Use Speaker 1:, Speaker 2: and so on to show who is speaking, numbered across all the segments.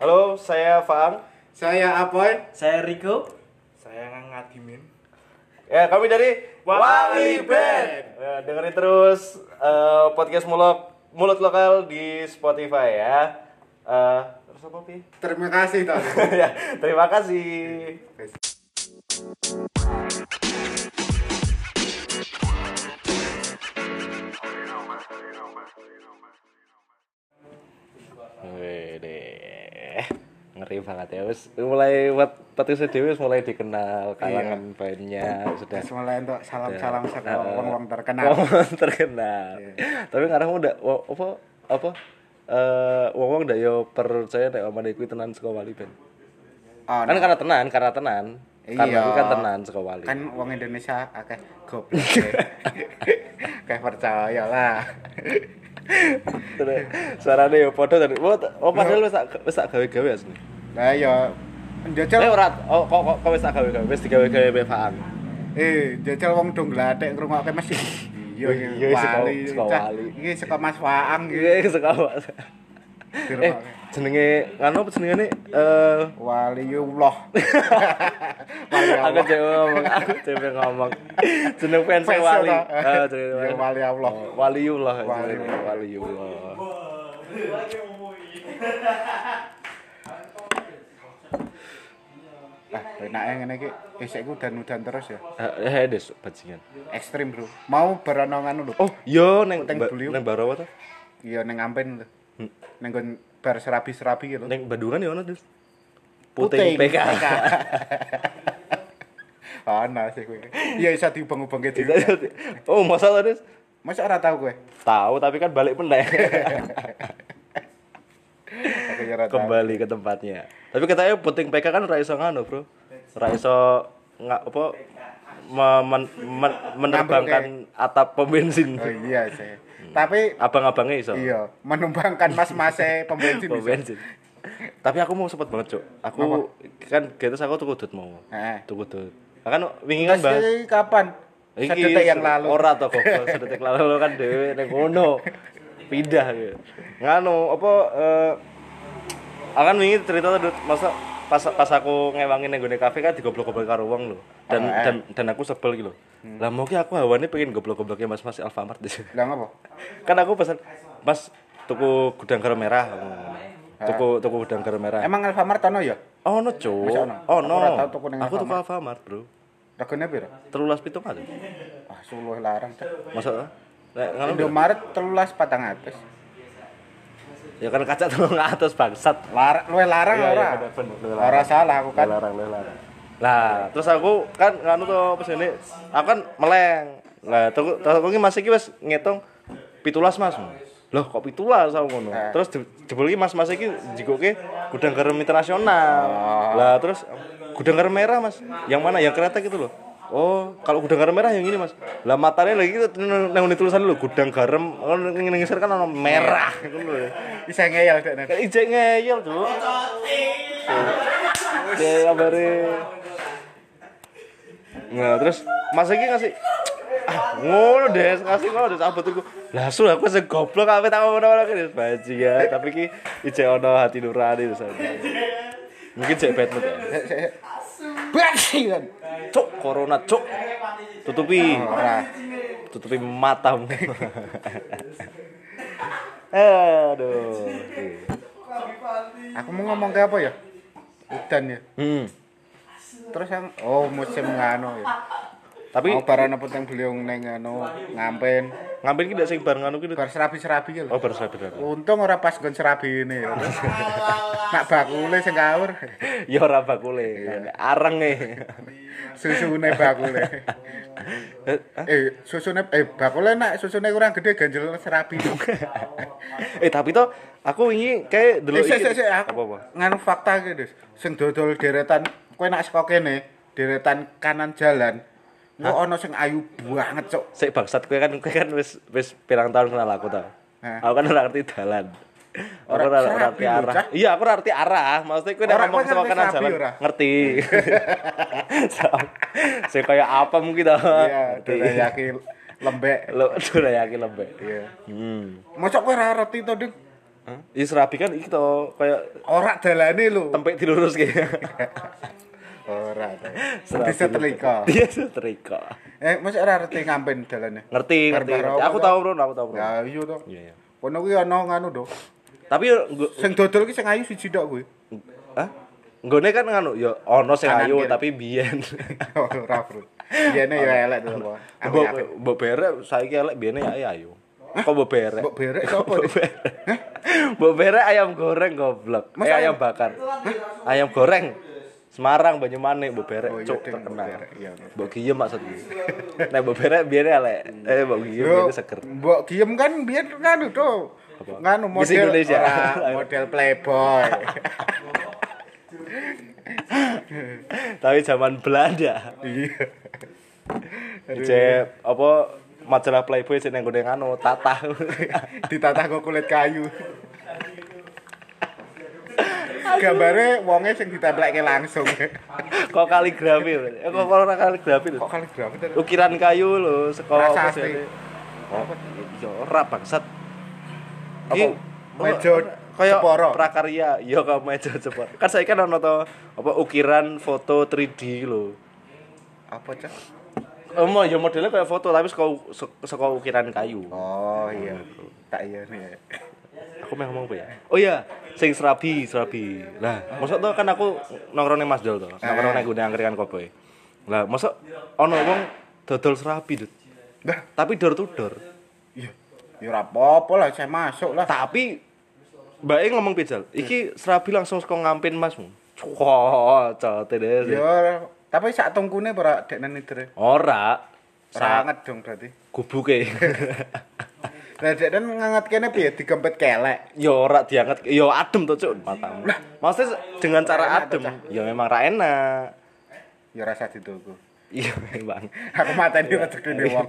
Speaker 1: Halo, saya Faang.
Speaker 2: Saya Apoy.
Speaker 3: Saya Riko.
Speaker 4: Saya ngadimin.
Speaker 1: Ya, kami dari
Speaker 4: Wali Band.
Speaker 1: Ya, dengerin terus eh, podcast mulut mulut lokal di Spotify ya. Eh, terus apa Pi?
Speaker 2: Terima kasih Tom.
Speaker 1: ya, terima kasih. Wede. Ngeri banget ya wis mulai buat petis dewe wis mulai dikenal kalangan Iya. banyak sudah
Speaker 2: Terus mulai untuk salam-salam saka
Speaker 1: Eh,
Speaker 2: wong-wong terkenal.
Speaker 1: wong-wong terkenal. Tapi ngarang udah wo- apa apa eh wong-wong ndak yo percaya nek omane kuwi tenan saka wali ben.
Speaker 2: Oh,
Speaker 1: Kan karena tenan, karena tenan. Karena
Speaker 2: Iya.
Speaker 1: kuwi kan tenan saka wali.
Speaker 2: kan wong Indonesia akeh goblok. Kayak percaya lah.
Speaker 1: Terus suarane yo padha tadi. Oh, t- oh, padahal wis tak wis tak gawe-gawe asli.
Speaker 2: Lah ya
Speaker 1: Eh
Speaker 2: njajal
Speaker 1: ora oh, kok kok kok wis tak gawe-gawe wis digawe-gawe befaan.
Speaker 2: eh njajal wong donglatek ngrungokke mesti. Iya
Speaker 1: Iya,
Speaker 2: iya
Speaker 1: saka-
Speaker 2: wali.
Speaker 1: saka
Speaker 2: Cah,
Speaker 1: wali.
Speaker 2: Iki saka Mas Waang iki.
Speaker 1: Iya saka awak. Eh jenenge ngono apa jenengane eh
Speaker 2: Waliullah. Wali
Speaker 1: aku
Speaker 2: Allah.
Speaker 1: cewek ngomong aku cewek ngomong jeneng fans
Speaker 2: Fans
Speaker 1: wali
Speaker 2: apa?
Speaker 1: Eh, jeneng
Speaker 2: Ya, wali Allah.
Speaker 1: Oh, waliullah
Speaker 2: Waliullah.
Speaker 1: jeneng waliullah
Speaker 2: Lah, enake ngene iki isik ku dan-udan terus ya.
Speaker 1: eh eh, des bajingan
Speaker 2: Ekstrim, Bro. Mau beranongan lho.
Speaker 1: oh yo neng
Speaker 2: Teng
Speaker 1: ba-
Speaker 2: Beliau.
Speaker 1: neng Barawa ta
Speaker 2: Iya ning ampen lho.
Speaker 1: Hmm.
Speaker 2: Ning nggon bar serabi-serabi gitu.
Speaker 1: neng Badungan yo ono des puting
Speaker 2: Puting
Speaker 1: PK
Speaker 2: Ana sih kowe. Iya iso diubeng-ubengke dhewe.
Speaker 1: oh masa lo des
Speaker 2: Masa ora tau kowe?
Speaker 1: tahu tapi kan balik meneh
Speaker 2: Aku ya ora tau.
Speaker 1: kembali ke tempatnya tapi katanya puting PK kan ra iso ngano bro ra iso nggak apa me- men- men- menerbangkan atap pom bensin
Speaker 2: Oh iya sih.
Speaker 1: Hmm.
Speaker 2: Tapi
Speaker 1: abang-abangnya iso
Speaker 2: iya, menumbangkan mas-mase pembensin.
Speaker 1: Pom
Speaker 2: bisa.
Speaker 1: bensin. Tapi aku mau sempat banget, Cuk. Aku kan getes aku tuku dut mau.
Speaker 2: Heeh.
Speaker 1: Tuku dut. Nah, Kan wingi kan
Speaker 2: Terus
Speaker 1: bahas
Speaker 2: ini kapan?
Speaker 1: Iki
Speaker 2: Sedetik yang
Speaker 1: se-
Speaker 2: lalu.
Speaker 1: Ora to goblok, sedetik lalu kan dhewe ning ngono. Pindah gitu. Nganu apa eh akan wingi cerita tuh, Dut, masa pas pas aku ngewangin neng gone kafe kan digoblok-goblok karo wong lho. Dan
Speaker 2: Heeh.
Speaker 1: dan dan aku sebel gitu. Lah mau ki aku hawane pengen goblok-gobloknya Mas-mas Alfamart di sini.
Speaker 2: Lah ngopo?
Speaker 1: kan aku pesan mas tuku gudang garam merah tuku tuku gudang garam merah
Speaker 2: Emang Alfamart ono ya?
Speaker 1: oh no cu
Speaker 2: Masa ono?
Speaker 1: oh
Speaker 2: Aku ora
Speaker 1: no
Speaker 2: tau tuku ning
Speaker 1: aku tuku Alfamart bro
Speaker 2: Regane piro?
Speaker 1: terulas pitung aja
Speaker 2: Ah, suluh larang. Cak.
Speaker 1: masa Nek, ngono bro.
Speaker 2: Indomaret 13.400.
Speaker 1: ya kan kaca telung atas bangsat
Speaker 2: Larang, luwe larang
Speaker 1: Iya, iya,
Speaker 2: ora.
Speaker 1: bener-bener, luwe larang.
Speaker 2: Ora salah aku kan.
Speaker 1: larang larang lah terus aku kan nganu tuh pesene aku kan meleng lah tuku terus aku ki masih ki wis ngitung pitulas mas loh kok pitulas aku ngono
Speaker 2: Eh.
Speaker 1: terus di- jebul ki mas mas ki jikoke gudang garam internasional lah terus gudang garam merah mas yang mana yang kereta gitu loh Oh, kalau gudang garam merah yang ini mas. Lah matanya lagi itu nang nang tulisan lo gudang garam, oh, nang ngisir kan ono merah gitu loh. ya.
Speaker 2: Bisa ngeyel dek. Nen.
Speaker 1: Kan ijek ngeyel, Cuk. Ya kabare. Nah, terus Mas iki ngasih ah, ngono Des, ngasih ngono Des abot iku. Lah su aku sing goblok apa tak ngono-ngono ki Des bajingan, tapi ki ijek ono hati nurani Des. Mungkin cek Batman ya.
Speaker 2: Sik, sik, sik. Bajingan.
Speaker 1: Cuk, corona cuk. Tutupi.
Speaker 2: Ora.
Speaker 1: Tutupi matamu. Aduh.
Speaker 2: Aku mau ngomong ke apa ya? Udan ya.
Speaker 1: Hmm.
Speaker 2: Terus yang oh musim ngano ya.
Speaker 1: Tapi
Speaker 2: Mau barang apa yang beliau neng ngano ngampen.
Speaker 1: ngambil ki ndak sing bareng anu ki Des?
Speaker 2: Bar serabi-serabi ya lho.
Speaker 1: Oh, baru saya benar.
Speaker 2: Untung ora pas gon serabi ini ya. Nak bakule sing ngawur.
Speaker 1: Ya ora bakule,
Speaker 2: Iya.
Speaker 1: areng e.
Speaker 2: Susune bakule.
Speaker 1: Eh,
Speaker 2: Eh, susune eh bakule nak susune kurang gede ganjel serabi.
Speaker 1: Eh, tapi toh aku wingi kayak
Speaker 2: Eh,
Speaker 1: delok
Speaker 2: sik sik sik
Speaker 1: Apa-apa?
Speaker 2: aku. Nganu fakta iki, Des. Sing dodol deretan kowe nak saka kene, deretan kanan jalan. Kok ono sing ayu banget, Cuk.
Speaker 1: Sik bangsat kowe kan kowe kan wis wis pirang tahun kenal aku ta.
Speaker 2: Hah?
Speaker 1: Aku kan ora ngerti dalan. Aku
Speaker 2: Ora
Speaker 1: ora ora ngerti
Speaker 2: serabi lho,
Speaker 1: arah.
Speaker 2: Cah.
Speaker 1: Iya, aku ora ngerti arah. Maksudnya kowe nek
Speaker 2: Ora,
Speaker 1: ngomong
Speaker 2: kowe
Speaker 1: sama
Speaker 2: ngerti
Speaker 1: kanan
Speaker 2: serabi
Speaker 1: jalan
Speaker 2: ora?
Speaker 1: ngerti. Sik kaya apa mungkin toh.
Speaker 2: Iya, dorayaki lembek.
Speaker 1: Lo durayaki lembek.
Speaker 2: Iya.
Speaker 1: Hmm.
Speaker 2: Mosok kowe ora roti to, Dik?
Speaker 1: Hah? Iya serabi kan iki to, kayak
Speaker 2: Ora dalane lho.
Speaker 1: tempe dilurus kayak.
Speaker 2: Ora. Seperti setrika.
Speaker 1: Iya, setrika.
Speaker 2: Eh, mesti ora ngerti ngampen dalane.
Speaker 1: Ngerti, ngerti.
Speaker 2: Barbar
Speaker 1: ngerti.
Speaker 2: apa
Speaker 1: Aku
Speaker 2: to?
Speaker 1: tahu, Bro, aku tahu, Bro.
Speaker 2: Ya iya to.
Speaker 1: Iya, iya.
Speaker 2: Kono kuwi ana nganu do.
Speaker 1: Tapi nggo-
Speaker 2: Sing dodol ki sing ayu siji tok kuwi.
Speaker 1: Hah? Nggone kan nganu ya ono sing
Speaker 2: Kanan
Speaker 1: ayu
Speaker 2: kiri.
Speaker 1: tapi biyen.
Speaker 2: Ora, Bro. Iyene ya elek to apa. Aku
Speaker 1: Mbok
Speaker 2: yakin.
Speaker 1: mbok berek saiki elek biyene ya ayu. Kok mbok berek?
Speaker 2: Mbok berek sapa?
Speaker 1: Mbok
Speaker 2: Dik?
Speaker 1: berek. Mbok berek ayam goreng goblok. Eh,
Speaker 2: Masa
Speaker 1: ayam bakar. Ayam goreng. Semarang Banyumanik mbok berek
Speaker 2: Oh, iya,
Speaker 1: cuk
Speaker 2: Ding, mbok
Speaker 1: terkenal.
Speaker 2: berek, iya.
Speaker 1: Mbok giyem maksudku. Nek mbok berek biyene elek. Eh mbok giyem
Speaker 2: Yo,
Speaker 1: biyene seger.
Speaker 2: Mbok diem kan biar nganu to. Nganu
Speaker 1: Miss
Speaker 2: model
Speaker 1: Indonesia.
Speaker 2: Ora, model playboy.
Speaker 1: Tapi zaman Belanda.
Speaker 2: Iya.
Speaker 1: Cep apa majalah Playboy sing nang nggone nganu tatah.
Speaker 2: Ditata go kulit kayu. Gambare wonge sing ditemplekke langsung.
Speaker 1: Kok kaligrafi? Eh, Kok ora kaligrafi lho.
Speaker 2: Kok kaligrafi ter?
Speaker 1: ukiran kayu lho saka
Speaker 2: Rasa
Speaker 1: apa
Speaker 2: asli.
Speaker 1: sih? Oh, ya ora bangsat. Iki
Speaker 2: Meja
Speaker 1: kaya
Speaker 2: Jepara.
Speaker 1: prakarya, ya kaya meja Jepara. Kan saiki kan ono to apa ukiran foto 3D lho.
Speaker 2: Apa cah?
Speaker 1: Emo ya modelnya kayak foto tapi saka saka- saka ukiran kayu.
Speaker 2: Oh iya. Tak iya nih.
Speaker 1: Aku mau ngomong apa ya? Oh iya, sing serabi, serabi. Lah, mosok to kan aku nongkrong nang Mas Dol to, nongkrong
Speaker 2: Eh.
Speaker 1: nang gune angkringan koboy. Lah, mosok ono wong dodol serabi, Dut.
Speaker 2: Lah,
Speaker 1: Tapi door to door.
Speaker 2: iya. Ya ora apa-apa lah, saya masuk lah.
Speaker 1: tapi Mbak E ngomong pijal iki serabi langsung saka ngampin masmu Wah, cote deh
Speaker 2: Ya, tapi sak tungkune ora deknen nidre.
Speaker 1: ora sangat
Speaker 2: Sangat dong berarti.
Speaker 1: gubuke
Speaker 2: Lah deknen ngangat kene piye digempet kelek.
Speaker 1: yo ora dianget yo adem to cuk matamu maksudnya dengan
Speaker 2: Ra
Speaker 1: cara
Speaker 2: enak to,
Speaker 1: adem ya memang ra enak
Speaker 2: Ya rasa dituku.
Speaker 1: iya memang
Speaker 2: Aku mateni rezeki ne wong.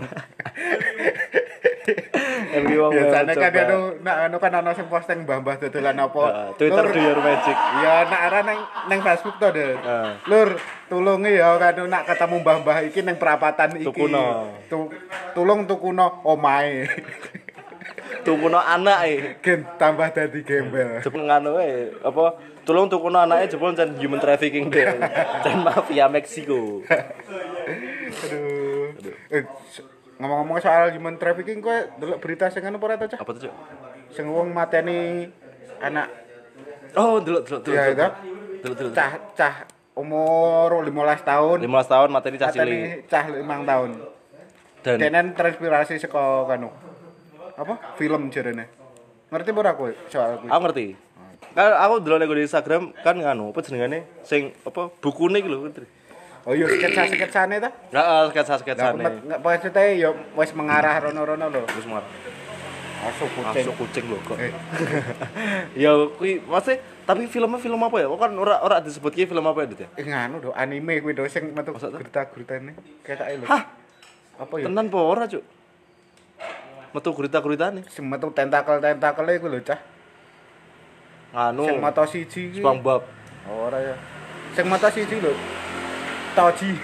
Speaker 1: Emri wong
Speaker 2: Biasanya kan
Speaker 1: mencoba.
Speaker 2: anu nak anu kan ana sing posting mbah-mbah dodolan apa.
Speaker 1: Heeh, Ah, Twitter
Speaker 2: Lur,
Speaker 1: do your magic
Speaker 2: Ya nak ara nang nang Facebook to, Del.
Speaker 1: Ah.
Speaker 2: Lur, tulunge ya kan nak ketemu mbah-mbah iki nang perapatan iki.
Speaker 1: Tukuno.
Speaker 2: Tu- tulung tukuno oh omae.
Speaker 1: tukuno anak e
Speaker 2: Gen tambah dadi gembel.
Speaker 1: jebul nganu e apa tolong tukuno anake jebul jan human trafficking deh jan mafia Meksiko
Speaker 2: Aduh. Eh, s- ngomong-ngomong soal human trafficking kowe delok berita sing anu apa ora to, Cah?
Speaker 1: apa tuh cuk
Speaker 2: Sing wong mateni anak
Speaker 1: Oh, delok delok delok.
Speaker 2: Ya,
Speaker 1: delok,
Speaker 2: itu.
Speaker 1: Delok delok.
Speaker 2: cah cah umur 15 tahun
Speaker 1: 15 tahun materi cah
Speaker 2: mateni
Speaker 1: cilik.
Speaker 2: cah 5 tahun
Speaker 1: Dan
Speaker 2: denen transpirasi saka kanu apa film jarene ngerti ora kowe soal kuwi
Speaker 1: aku ngerti. Kan aku delok nego di Instagram kan nganu apa jenengane sing apa bukune iki lho. ngerti.
Speaker 2: oh iya sketsa sketsane ta
Speaker 1: Heeh,
Speaker 2: Lah,
Speaker 1: sketsa-sketsane.
Speaker 2: nggak maksudnya ya wis mengarah
Speaker 1: Hmm.
Speaker 2: rono-rono lho
Speaker 1: Terus mar.
Speaker 2: asu kucing
Speaker 1: Masuk kucing lho kok.
Speaker 2: Eh.
Speaker 1: ya kuwi maksudnya tapi filmnya film apa ya? Kok kan ora ora disebutke film apa ya, Dit ya?
Speaker 2: Eh, nganu do anime kuwi do sing metu
Speaker 1: Maksudnya?
Speaker 2: gerita-geritane ketake lho
Speaker 1: Hah?
Speaker 2: apa ya
Speaker 1: Tenan apa ora, Cuk? Metu gurita-guritane.
Speaker 2: sing metu tentakel-tentakele kuwi lho cah
Speaker 1: Nganu.
Speaker 2: sing mata siji kuwi
Speaker 1: SpongeBob.
Speaker 2: Ora ya. Sing mata siji lho. Toji.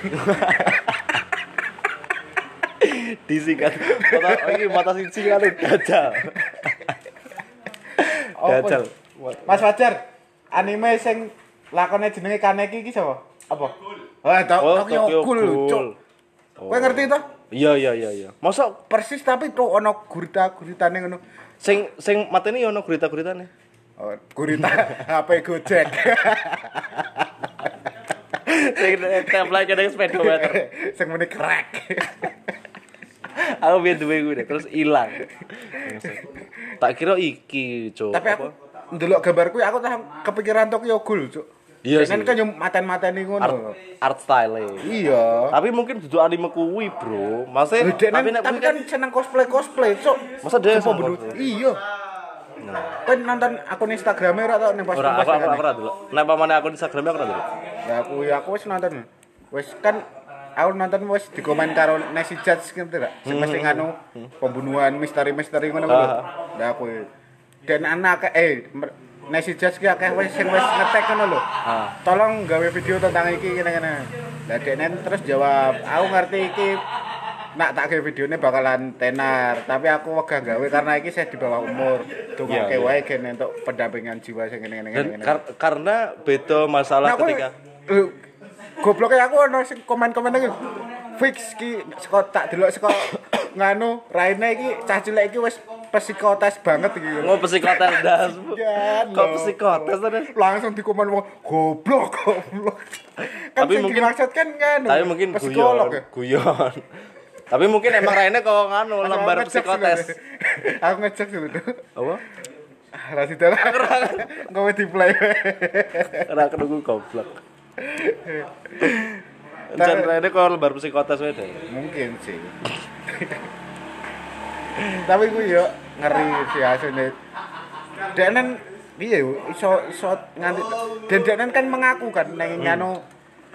Speaker 1: Disingkat. Mata oh, iki mata siji kan gajah. Dajal.
Speaker 2: Mas Fajar, anime sing lakone jenenge Kaneki iki sapa? Apa? Oh, to
Speaker 1: Oh,
Speaker 2: Tokyo
Speaker 1: Tokyo
Speaker 2: Ghoul lho,
Speaker 1: Ghoul. Oh.
Speaker 2: Cuk. Kowe ngerti to?
Speaker 1: Iya iya iya iya. Mosok
Speaker 2: Persis tapi tuh ono gurita-guritane ngono.
Speaker 1: sing sing mateni ya ono gurita-guritane.
Speaker 2: Oh, gurita HP Gojek.
Speaker 1: sing template kene speedometer.
Speaker 2: sing muni krek.
Speaker 1: Aku biyen duwe kuwi deh, terus ilang. tak kira iki, Cuk.
Speaker 2: tapi aku ndelok gambar kuwi aku tak kepikiran Tokyo Ghoul, Cuk.
Speaker 1: Iya
Speaker 2: Dengan
Speaker 1: sih.
Speaker 2: kan yo maten-mateni ngono.
Speaker 1: art, art style
Speaker 2: Iya.
Speaker 1: Tapi mungkin duduk anime kuwi, Bro. Masih
Speaker 2: Lho, dek,
Speaker 1: tapi
Speaker 2: tapi,
Speaker 1: nek
Speaker 2: tapi
Speaker 1: kuwi
Speaker 2: kan
Speaker 1: kan
Speaker 2: seneng cosplay cosplay cok
Speaker 1: Masa dia
Speaker 2: Kepo
Speaker 1: seneng
Speaker 2: bedut.
Speaker 1: cosplay?
Speaker 2: iya kan nonton akun instagramnya ora tau nih pas
Speaker 1: ora aku
Speaker 2: pas
Speaker 1: aku aku ora dulu. Nek pamane aku di Instagram aku ora dulu.
Speaker 2: ya aku ya aku wis nonton wis kan aku nonton wis dikomen karo Nancy Judge gitu tidak
Speaker 1: Hmm,
Speaker 2: mesti nganu pembunuhan misteri misteri ngono kuwi
Speaker 1: Ah.
Speaker 2: lah aku dan anak eh mer- Nancy Judge ki akeh wis sing wis ngetek ngono lho
Speaker 1: Ah.
Speaker 2: tolong gawe video tentang iki ngene-ngene lah denen terus jawab aku ngerti iki nak tak kayak videonya bakalan tenar tapi aku wegah gawe karena iki saya di bawah umur dong
Speaker 1: Iya,
Speaker 2: kayak
Speaker 1: iya.
Speaker 2: wae gen untuk pendampingan jiwa sing ngene ngene
Speaker 1: Dan
Speaker 2: ngene
Speaker 1: kar- karena beda masalah
Speaker 2: aku
Speaker 1: ketika
Speaker 2: eh, gobloknya aku ono sing komen-komen iki fix ki saka tak delok saka nganu raine iki cah cilik iki wis psikotes banget iki
Speaker 1: mau psikotes das.
Speaker 2: Jan,
Speaker 1: Kok
Speaker 2: loh.
Speaker 1: psikotes ada?
Speaker 2: langsung dikomen wong goblok goblok kan
Speaker 1: Tapi
Speaker 2: tapi
Speaker 1: mungkin-
Speaker 2: mungkin maksud kan kan
Speaker 1: Tapi mungkin
Speaker 2: psikolog
Speaker 1: guyon,
Speaker 2: ya
Speaker 1: guyon. Tapi mungkin emang Raine kok nganu
Speaker 2: Aku
Speaker 1: lembar
Speaker 2: ngecek
Speaker 1: psikotes.
Speaker 2: sebenarnya. aku ngecek Ah, dulu tuh
Speaker 1: Apa?
Speaker 2: Rasidal nggak mau di play
Speaker 1: Ora kedungu goblok. Jan Raine kok lembar psikotes wae deh.
Speaker 2: mungkin sih tapi gue yo ngeri sih hasilnya Danan iya yo iso iso nganti dan Danan kan mengaku kan neng nganu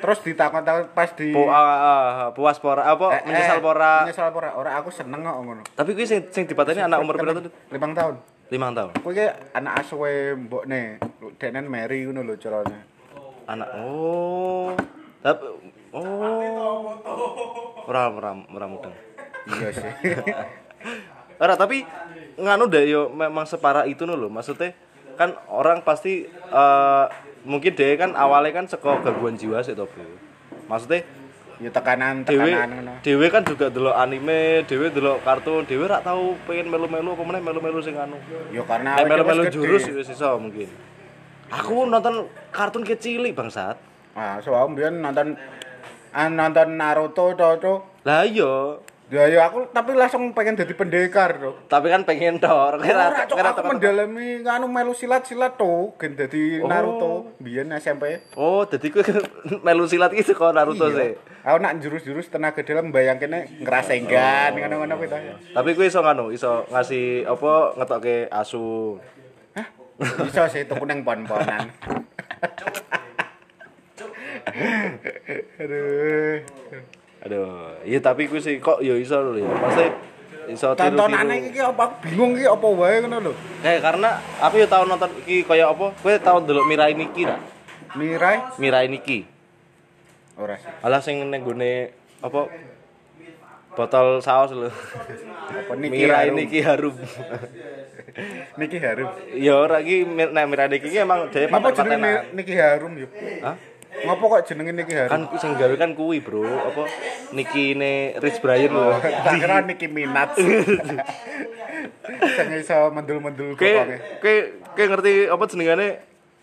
Speaker 2: terus ditakon-takon pas di
Speaker 1: Pu- Hmm. ah, ah, puas pora
Speaker 2: Eh,
Speaker 1: apa
Speaker 2: eh,
Speaker 1: menyesal pora.
Speaker 2: menyesal pora ora aku seneng kok ngono
Speaker 1: Tapi kuwi sing sing dipateni anak umur berapa? tuh?
Speaker 2: limang tahun
Speaker 1: Limang tahun.
Speaker 2: kowe ki anak asuhe mbokne denen Mary ngono lho carane
Speaker 1: Anak. Oh. Tapi oh. Ora ora ora mudeng.
Speaker 2: iya sih
Speaker 1: Ora tapi nganu deh yo memang separah itu no lho. Maksudnya kan orang pasti eh, mungkin deh kan awalnya kan seko gangguan jiwa sih topi. Maksudnya
Speaker 2: ya tekanan
Speaker 1: dewe
Speaker 2: tekanan ngono
Speaker 1: dewe kan juga delok anime, dewe delok kartun, dewe rak tau pengen melu-melu apa meneh melu-melu sing anu.
Speaker 2: ya karena
Speaker 1: Nek
Speaker 2: awake
Speaker 1: melu-melu
Speaker 2: wis gede.
Speaker 1: jurus wis iso mungkin. Aku nonton kartun kecil bangsat.
Speaker 2: ah soalnya mbiyen nonton ah, nonton Naruto to to
Speaker 1: Lah iya,
Speaker 2: ya ya aku tapi langsung pengen jadi pendekar to
Speaker 1: tapi kan pengen tor.
Speaker 2: Oh, Ora
Speaker 1: Kira
Speaker 2: cok Oh.
Speaker 1: kira
Speaker 2: aku mendalami nganu melu silat-silat to gen dadi Naruto mbiyen SMP
Speaker 1: Oh, dadi kowe melu silat iki saka Naruto sih.
Speaker 2: Aku nak jurus-jurus tenaga dalam bayangkene ngerasenggan ngono-ngono kuwi to.
Speaker 1: Tapi kuwi iso nganu, iso ngasih apa ngetokke asu.
Speaker 2: Bisa sih tuku nang pon-ponan. Aduh.
Speaker 1: Aduh, iya tapi kuwi sih kok ya iso lho ya. Pasti iso tiru-tiru.
Speaker 2: Tontonane iki apa aku bingung iki apa wae ngono lho.
Speaker 1: Eh, karena aku ya tau nonton iki kaya apa? Kowe tau ndelok Mirai Nikki ra?
Speaker 2: Mirai
Speaker 1: Mirai Nikki.
Speaker 2: ora sih.
Speaker 1: Alah sing neng gone apa botol saus lho.
Speaker 2: Apa niki
Speaker 1: Mirai
Speaker 2: Harum?
Speaker 1: Nikki harum.
Speaker 2: Niki Harum.
Speaker 1: ya ora iki mir- nek Mirai Nikki ki emang dhewe
Speaker 2: Apa
Speaker 1: paten-patenan.
Speaker 2: jenenge Mi- Niki Harum yo?
Speaker 1: Hah?
Speaker 2: Ngapa kok jenenge Niki Harum?
Speaker 1: Kan sing gawe kan kuwi, Bro. Apa Nikki ne Rich Brian lho.
Speaker 2: Tak kira Niki Minat. Sing iso mendul-mendul
Speaker 1: Oke,
Speaker 2: kokone.
Speaker 1: oke, oke ngerti apa jenengane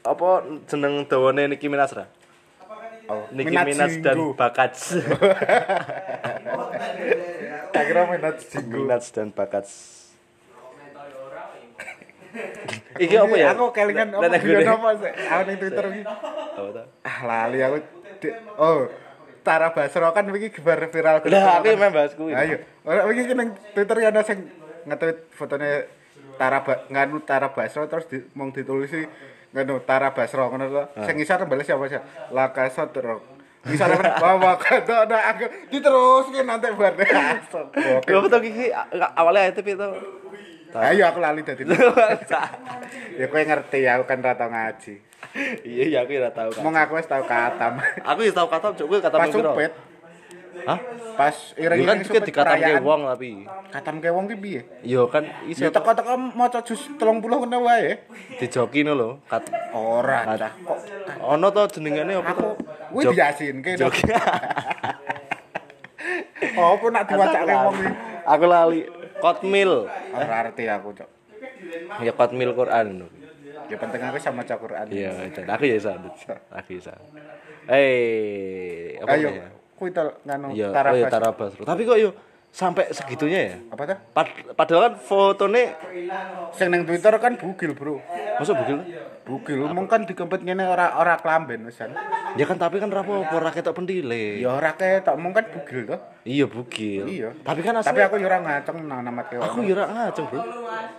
Speaker 1: apa jeneng dawane Nicki Minaj ra?
Speaker 2: Oh,
Speaker 1: Nicki Minaj dan
Speaker 2: Jinggo.
Speaker 1: Bakats.
Speaker 2: tak kira Minat Jinggo.
Speaker 1: Minaj dan Bakats. Iki apa ya?
Speaker 2: Aku kelingan
Speaker 1: Lah,
Speaker 2: apa
Speaker 1: nek gone-
Speaker 2: video apa sih? Aku ning Twitter iki.
Speaker 1: Apa ta?
Speaker 2: ah lali aku di, oh Tara Basro kan wingi gebar viral
Speaker 1: Lah, aku yang main bahas kuwi.
Speaker 2: ayo ora wingi ki nang Twitter ya ana sing nge-tweet fotone Tara ba, nganu Tara Basro terus di, mong ditulis nganu Tara Basro ngono to
Speaker 1: Ah.
Speaker 2: sing iso nembales siapa sih La Casa de Rock misalnya kan bawa kata ada aku diterusin nanti bar
Speaker 1: Ya apa tau iki awalnya ayat tapi tau.
Speaker 2: ayo aku lali dadi ya kowe ngerti aku kan ra tau ngaji
Speaker 1: Iya, iya aku ora tau kan.
Speaker 2: mong aku wis tau katam
Speaker 1: Aku ya tau kata cuk kowe kata
Speaker 2: pas
Speaker 1: piro?
Speaker 2: sumpit
Speaker 1: Hah?
Speaker 2: pas
Speaker 1: Ya kan
Speaker 2: iring-iring
Speaker 1: juga
Speaker 2: sumpit
Speaker 1: dikatakan
Speaker 2: perayaan.
Speaker 1: wong tapi.
Speaker 2: Katam ke wong ki piye?
Speaker 1: Yo kan iso
Speaker 2: Ya teko-teko maca jus 30 kene wae.
Speaker 1: dijoki no lho. Kat
Speaker 2: Ora cah. Kok
Speaker 1: ono to jenengane apa to?
Speaker 2: aku kuwi
Speaker 1: Jog-
Speaker 2: diyasinke. no.
Speaker 1: Joki.
Speaker 2: Apa Oh, nak diwacake wong
Speaker 1: Lali.
Speaker 2: iki?
Speaker 1: Aku lali. Kotmil.
Speaker 2: Ora arti aku, Cok.
Speaker 1: Ya kotmil Quran.
Speaker 2: Ya penting aku sama maca Quran.
Speaker 1: Iya, dan aku ya bisa. Aku bisa. Eh, apa
Speaker 2: Ayo,
Speaker 1: namanya?
Speaker 2: kuwi to nganu
Speaker 1: Iya, oh ya
Speaker 2: tarabas.
Speaker 1: Tarabas. Tapi kok yo sampai segitunya ya?
Speaker 2: Apa tuh?
Speaker 1: Pad- padahal kan fotone
Speaker 2: Sing nang Twitter kan bugil, Bro.
Speaker 1: masuk bugil.
Speaker 2: Bugil, mung kan dikempet ngene ora ora klamben wisan.
Speaker 1: Ya kan tapi kan rapo apa ora ketok pendile.
Speaker 2: Ya ora ketok, mung kan bugil to.
Speaker 1: Iya bugil.
Speaker 2: Iya.
Speaker 1: Tapi kan asli
Speaker 2: Tapi aku yo ora ngaceng nang namat ke
Speaker 1: aku
Speaker 2: wong.
Speaker 1: yo ora ngaceng, Bro.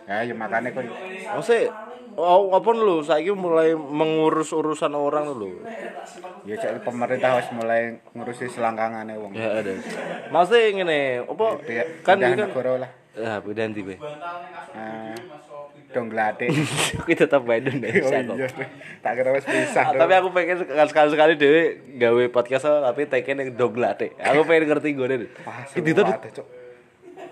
Speaker 2: Ya ya makane kowe.
Speaker 1: Maksudnya, oh, apa lu saiki mulai mengurus urusan orang lho.
Speaker 2: Ya cek pemerintah wis mulai ngurusi selangkangane wong.
Speaker 1: Ya ada. Maksudnya ngene, apa
Speaker 2: Ya,
Speaker 1: kan Ah,
Speaker 2: pindah
Speaker 1: kan
Speaker 2: negara lah.
Speaker 1: Ya, beda nanti, Be.
Speaker 2: Eh, dong gladek.
Speaker 1: Aku tetap main
Speaker 2: Oh
Speaker 1: Indonesia kok.
Speaker 2: iya. Tak kira wis pisah.
Speaker 1: Ah, tapi aku pengen sekali-sekali dewe gawe podcast tapi teken yang doglate. Aku pengen ngerti gue deh. Itu tuh
Speaker 2: cok.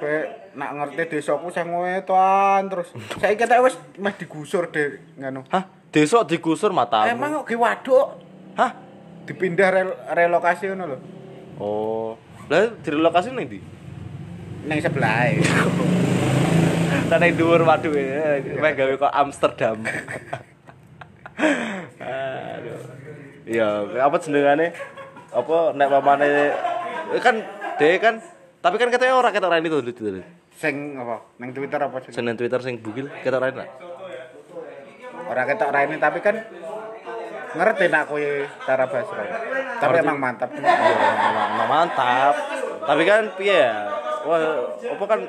Speaker 2: Kowe nak ngerti desaku sing wetan terus. Saiki ketek wis meh digusur deh ngono.
Speaker 1: Hah? Desa digusur matamu.
Speaker 2: Emang kok ki waduk
Speaker 1: Hah?
Speaker 2: dipindah rel- relokasi ngono lho.
Speaker 1: Oh. Lah direlokasi ning ndi?
Speaker 2: Ning sebelah. e. ae.
Speaker 1: Tanah yang dhuwur waduh ya. Wah gawe kok Amsterdam. Aduh. Ya, apa jenengane? Apa nek mamane kan dhewe kan tapi kan katanya orang ketok orang itu dulu
Speaker 2: Sing apa? Ning Twitter apa sing?
Speaker 1: Senin Twitter sing bugil ketok orang lah.
Speaker 2: Ora ketok raine tapi kan ngerti nak kowe Tara Basro. Tapi emang mantap.
Speaker 1: Nah, mantap. Tapi kan piye ya? Wah, apa kan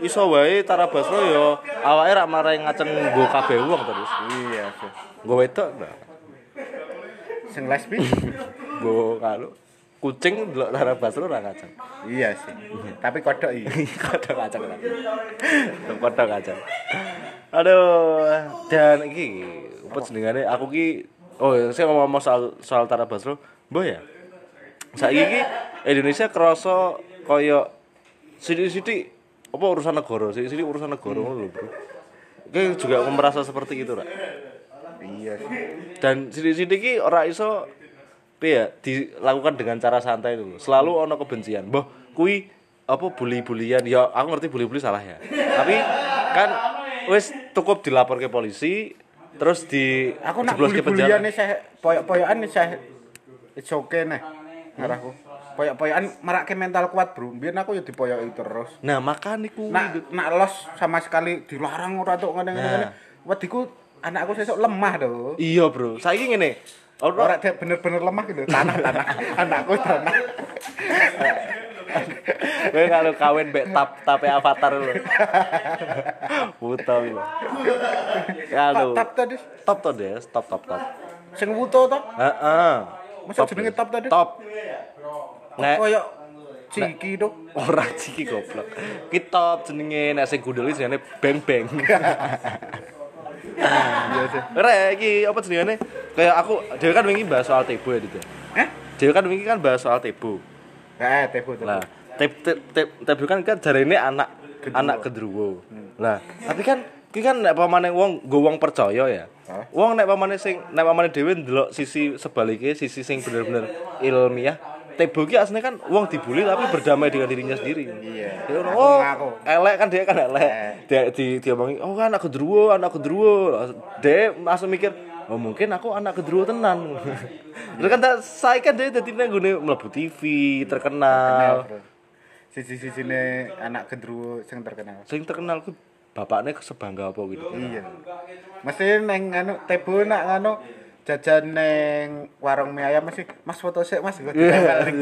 Speaker 1: iso wae Tara Basro yo awake rak marai ngaceng nggo kabeh wong terus.
Speaker 2: Iya, Cok.
Speaker 1: Nggo wedok nah.
Speaker 2: Sing lesbi?
Speaker 1: Nggo kalu kucing delok Tara Basro ora ngaceng.
Speaker 2: iya sih. Tapi kodok iya.
Speaker 1: Kodok ngaceng ta. Kodok ngaceng. Aduh, dan iki apa jenengane aku ki oh saya ngomong soal soal Tara Basro, mbah ya. Saiki iki Indonesia kerasa kaya sithik-sithik apa urusan negara, sithik-sithik urusan negara ngono lho, Bro. Oke, juga aku merasa seperti itu, Rak.
Speaker 2: Iya sih.
Speaker 1: Dan sithik-sithik iki ora iso piye ya, dilakukan dengan cara santai dulu.
Speaker 2: Hmm.
Speaker 1: Selalu ono kebencian. Mbah, kui apa bully-bulian. Ya aku ngerti bully-bully salah ya. Tapi kan wis cukup dilapor ke polisi terus di
Speaker 2: Aku nak
Speaker 1: jeblos ke penjara.
Speaker 2: bully-bullyan saya poyok-poyokan saya it's okay neh. Ngarahku. Poyok-poyokan merake mental kuat, Bro. Biyen aku ya dipoyoki terus.
Speaker 1: Nah, makane kuwi.
Speaker 2: Nak nak los sama sekali dilarang ora tok
Speaker 1: Nah.
Speaker 2: ngene-ngene. Wediku anakku sesuk lemah to.
Speaker 1: Iya, Bro. Saiki ngene. Ora
Speaker 2: Ora dek bener-bener lemah gitu. Tanah tanah. Anakku tanah.
Speaker 1: Gue kalau kawin mbek tap tape avatar lu. Buta lu. Kalau
Speaker 2: Tap tadi
Speaker 1: top to des, top top top.
Speaker 2: sing wuto to.
Speaker 1: Heeh.
Speaker 2: Masa
Speaker 1: Top,
Speaker 2: jenenge
Speaker 1: Des.
Speaker 2: top tadi?
Speaker 1: Top. Nek
Speaker 2: Koyok ciki to.
Speaker 1: ora ciki goblok. Ki top jenenge nek sing gundul iki jenenge beng beng.
Speaker 2: Iya sih.
Speaker 1: Ora iki apa jenengane? Kayak aku dhewe kan wingi bahas soal tebo ya Dit.
Speaker 2: Hah?
Speaker 1: Dhewe kan wingi kan bahas soal tebo.
Speaker 2: Eh, tebo tebo.
Speaker 1: Lah, tep tep tep tep kan kan jarene anak anak kedruwo.
Speaker 2: Hmm.
Speaker 1: Lah, tapi kan iki kan nek pamane wong nggo wong percaya ya.
Speaker 2: Hah?
Speaker 1: Wong nek pamane sing nek pamane dhewe ndelok sisi sebaliknya, sisi sing bener-bener ilmiah. Tebo ki aslinya kan wong dibully tapi berdamai dengan dirinya sendiri.
Speaker 2: Iya.
Speaker 1: Dia ngono,
Speaker 2: Aku
Speaker 1: oh,
Speaker 2: ngaku."
Speaker 1: elek kan dia kan elek.
Speaker 2: Eh.
Speaker 1: Dia di diomongi, "Oh, kan anak kedruwo, anak kedruwo." Dia langsung mikir, "Oh, mungkin aku anak kedruwo tenan." Terus kan tak- saya kan dia dadi nang nggone mlebu TV, terkenal.
Speaker 2: Sisi-sisine anak gendruwo sing terkenal.
Speaker 1: sing terkenal ku bapaknya sebangga apa gitu
Speaker 2: Iya. Mesti neng anu tebo nak anu jajan neng warung mie ayam mesti Mas foto sik Mas gue ditempel ning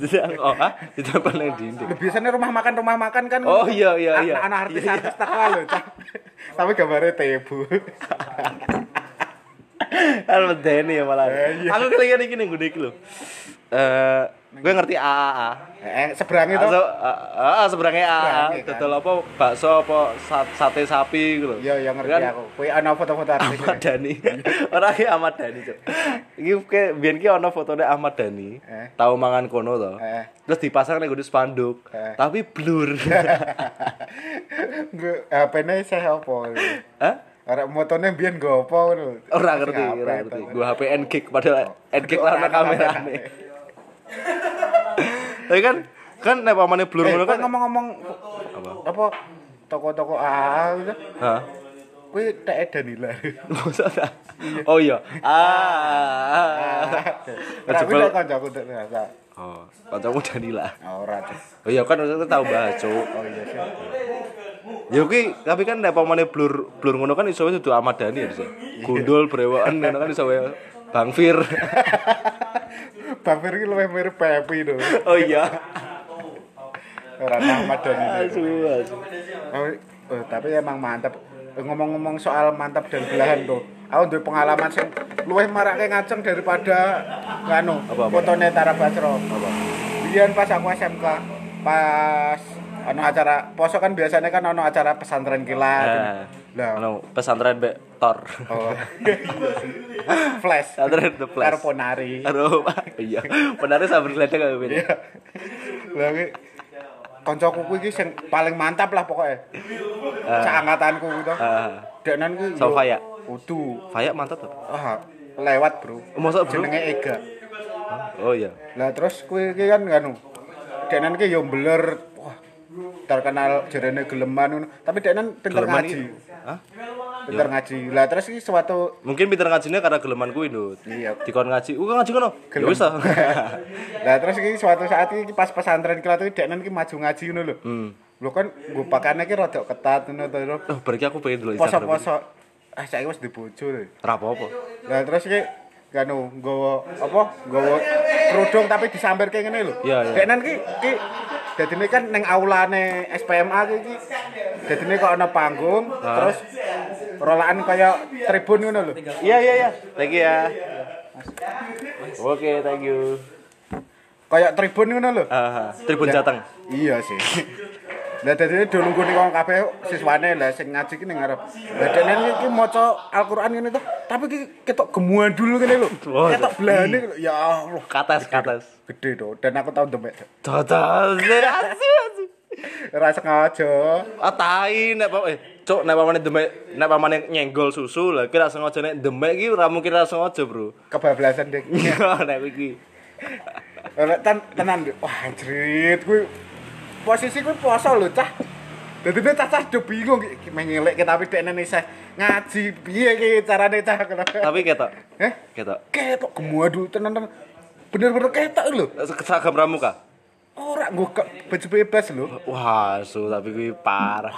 Speaker 2: dinding.
Speaker 1: oh ah ditempel nang dinding
Speaker 2: Loh, Biasanya rumah makan rumah makan kan.
Speaker 1: Oh, iya, iya, iya.
Speaker 2: Anak artis artis terkenal loh. Cah. Tapi gambarnya tebo.
Speaker 1: kan medeni ya malah
Speaker 2: Eh, iya.
Speaker 1: aku kelingan iki ning ngene iki lho eh gue ngerti AAA
Speaker 2: Eh, seberang itu.
Speaker 1: Aso, ah, seberangnya AAA
Speaker 2: Seberangnya, kan.
Speaker 1: dodol apa bakso apa sa- sate sapi gitu lho
Speaker 2: Iya, iya ngerti
Speaker 1: Kan,
Speaker 2: aku. Kuwi ana foto-foto artis.
Speaker 1: Ahmad Dhani orang ki Ahmad Dhani cok iki kayak biyen ki ana fotone Ahmad Dhani
Speaker 2: Eh.
Speaker 1: tau mangan kono to
Speaker 2: Eh.
Speaker 1: terus dipasang ning ngene spanduk
Speaker 2: Eh.
Speaker 1: tapi blur
Speaker 2: Gue HP-ne sih apa?
Speaker 1: Hah?
Speaker 2: Arek motone biyen nggo apa ngono.
Speaker 1: Ora ngerti,
Speaker 2: Sing
Speaker 1: ora
Speaker 2: apa
Speaker 1: ngerti.
Speaker 2: itu. Oh.
Speaker 1: Gua HP n kick padahal n kick lah
Speaker 2: Ora
Speaker 1: ana kamerane. Tapi kan kan nek pamane blur
Speaker 2: Eh,
Speaker 1: ngono
Speaker 2: kan
Speaker 1: kan.
Speaker 2: ngomong-ngomong apa toko-toko AA gitu.
Speaker 1: Hah?
Speaker 2: Kuwi teke Danila.
Speaker 1: Masa ta? Oh iya. Ah.
Speaker 2: Ora kuwi
Speaker 1: Jebol.
Speaker 2: nek kancaku tak terasa.
Speaker 1: Oh, kancamu Danila.
Speaker 2: Ah, Ora. Cuk.
Speaker 1: Oh iya kan maksudnya tahu bahas, Cuk.
Speaker 2: Oh iya sih.
Speaker 1: Ya kuwi tapi kan nek pamane blur blur ngono kan iso wae dudu Ahmad Dhani ya. bisa. Gundul brewoken ngono kan iso wae Bang Fir.
Speaker 2: Bang Fir iki luwih mirip Pepi lho.
Speaker 1: Oh iya.
Speaker 2: Ora Ahmad Dhani.
Speaker 1: Asu. asu.
Speaker 2: Tapi- eh, tapi emang mantap. Eh, Ngomong-ngomong soal mantap dan belahan tuh. Aku duwe pengalaman sing luwih marake ngaceng daripada nganu
Speaker 1: Apa, apa?
Speaker 2: fotone Tara Basro.
Speaker 1: Apa?
Speaker 2: Biyen pas aku SMK, pas ono acara poso kan biasanya kan ono acara pesantren kilat.
Speaker 1: Ah.
Speaker 2: Lah.
Speaker 1: anu pesantren be tor
Speaker 2: Oh. Flash.
Speaker 1: pesantren the flash
Speaker 2: Karo ponari.
Speaker 1: Aduh, iya. Benar sabar ledek aku ini.
Speaker 2: Lah iki kancaku kuwi iki sing paling mantap lah pokoknya. Sak angkatanku kuwi to.
Speaker 1: Ah.
Speaker 2: Deknan kuwi. yo
Speaker 1: Sofa ya?
Speaker 2: Kudu.
Speaker 1: Fayak mantap tuh.
Speaker 2: Ah, lewat, Bro.
Speaker 1: Masa bro?
Speaker 2: Jenenge Ega.
Speaker 1: Oh iya.
Speaker 2: Lah terus kuwi iki kan nganu. Deknan ki yo mbler. Wah, terkenal jarene geleman ngono. Tapi deknan pinter
Speaker 1: Geleman
Speaker 2: ngaji.
Speaker 1: iki. Hah?
Speaker 2: Pinter ngaji. Lah terus iki suatu
Speaker 1: Mungkin pinter ngajinya karena geleman kuwi, Ndut.
Speaker 2: Iya.
Speaker 1: Dikon ngaji. Uh, ngaji kono. Ya wis lah.
Speaker 2: lah terus iki suatu saat iki pas pesantren kelas iki deknen iki maju ngaji ngono lho. Hmm. Lho kan gue pakane iki rada ketat ngono to. lho.
Speaker 1: Oh, berarti aku pengen dulu Instagram.
Speaker 2: Poso-poso. Ah saiki wis dibojo lho.
Speaker 1: Ora apa-apa.
Speaker 2: Lah terus iki gano nggawa apa nggawa kerudung tapi disampirke ngene lho.
Speaker 1: Iya, iya.
Speaker 2: Deknen iki iki dadine kan ning aulane SPMA iki iki dadine kok ana panggung
Speaker 1: Ah.
Speaker 2: terus rolaan kaya tribun ngono lho.
Speaker 1: Iya, iya, iya. Thank you ya. Oke, thank you.
Speaker 2: Kaya tribun ngono lho.
Speaker 1: Ah, Tribun Jateng.
Speaker 2: Iya sih. Lah dadine do nunggu ning wong kabeh siswane lah sing ngaji ki ning ngarep. Lah dene iki maca Al-Qur'an ngene to, tapi ki ketok gemuan dulu ngene lho.
Speaker 1: Wah,
Speaker 2: Ketok belane lho. Ya Allah,
Speaker 1: Katas, katas.
Speaker 2: gede to. Dan aku tau demek. Dok.
Speaker 1: Dadah, asu, asu.
Speaker 2: Ora sengaja.
Speaker 1: Ah, tai nek pam- eh cuk nek pamane demek nek pamane nyenggol susu lah kira sengaja nek demek iki ora mungkin ora sengaja, Bro.
Speaker 2: Kebablasan dek.
Speaker 1: Iya, nek iki.
Speaker 2: Ora ten tenan. Dok. Wah, jerit kuwi posisi kuwi poso lho, cah. Dadi cah cah do bingung ki mengelek ki tapi dekne isih ngaji piye ki carane cah Eh? ngono.
Speaker 1: Tapi ketok.
Speaker 2: Heh?
Speaker 1: Ketok.
Speaker 2: ketok gemuah dulu tenan tenan bener-bener ketok lho
Speaker 1: Seragam pramuka.
Speaker 2: ora nggo ke- baju bebas lho
Speaker 1: Wah, su tapi kuwi parah.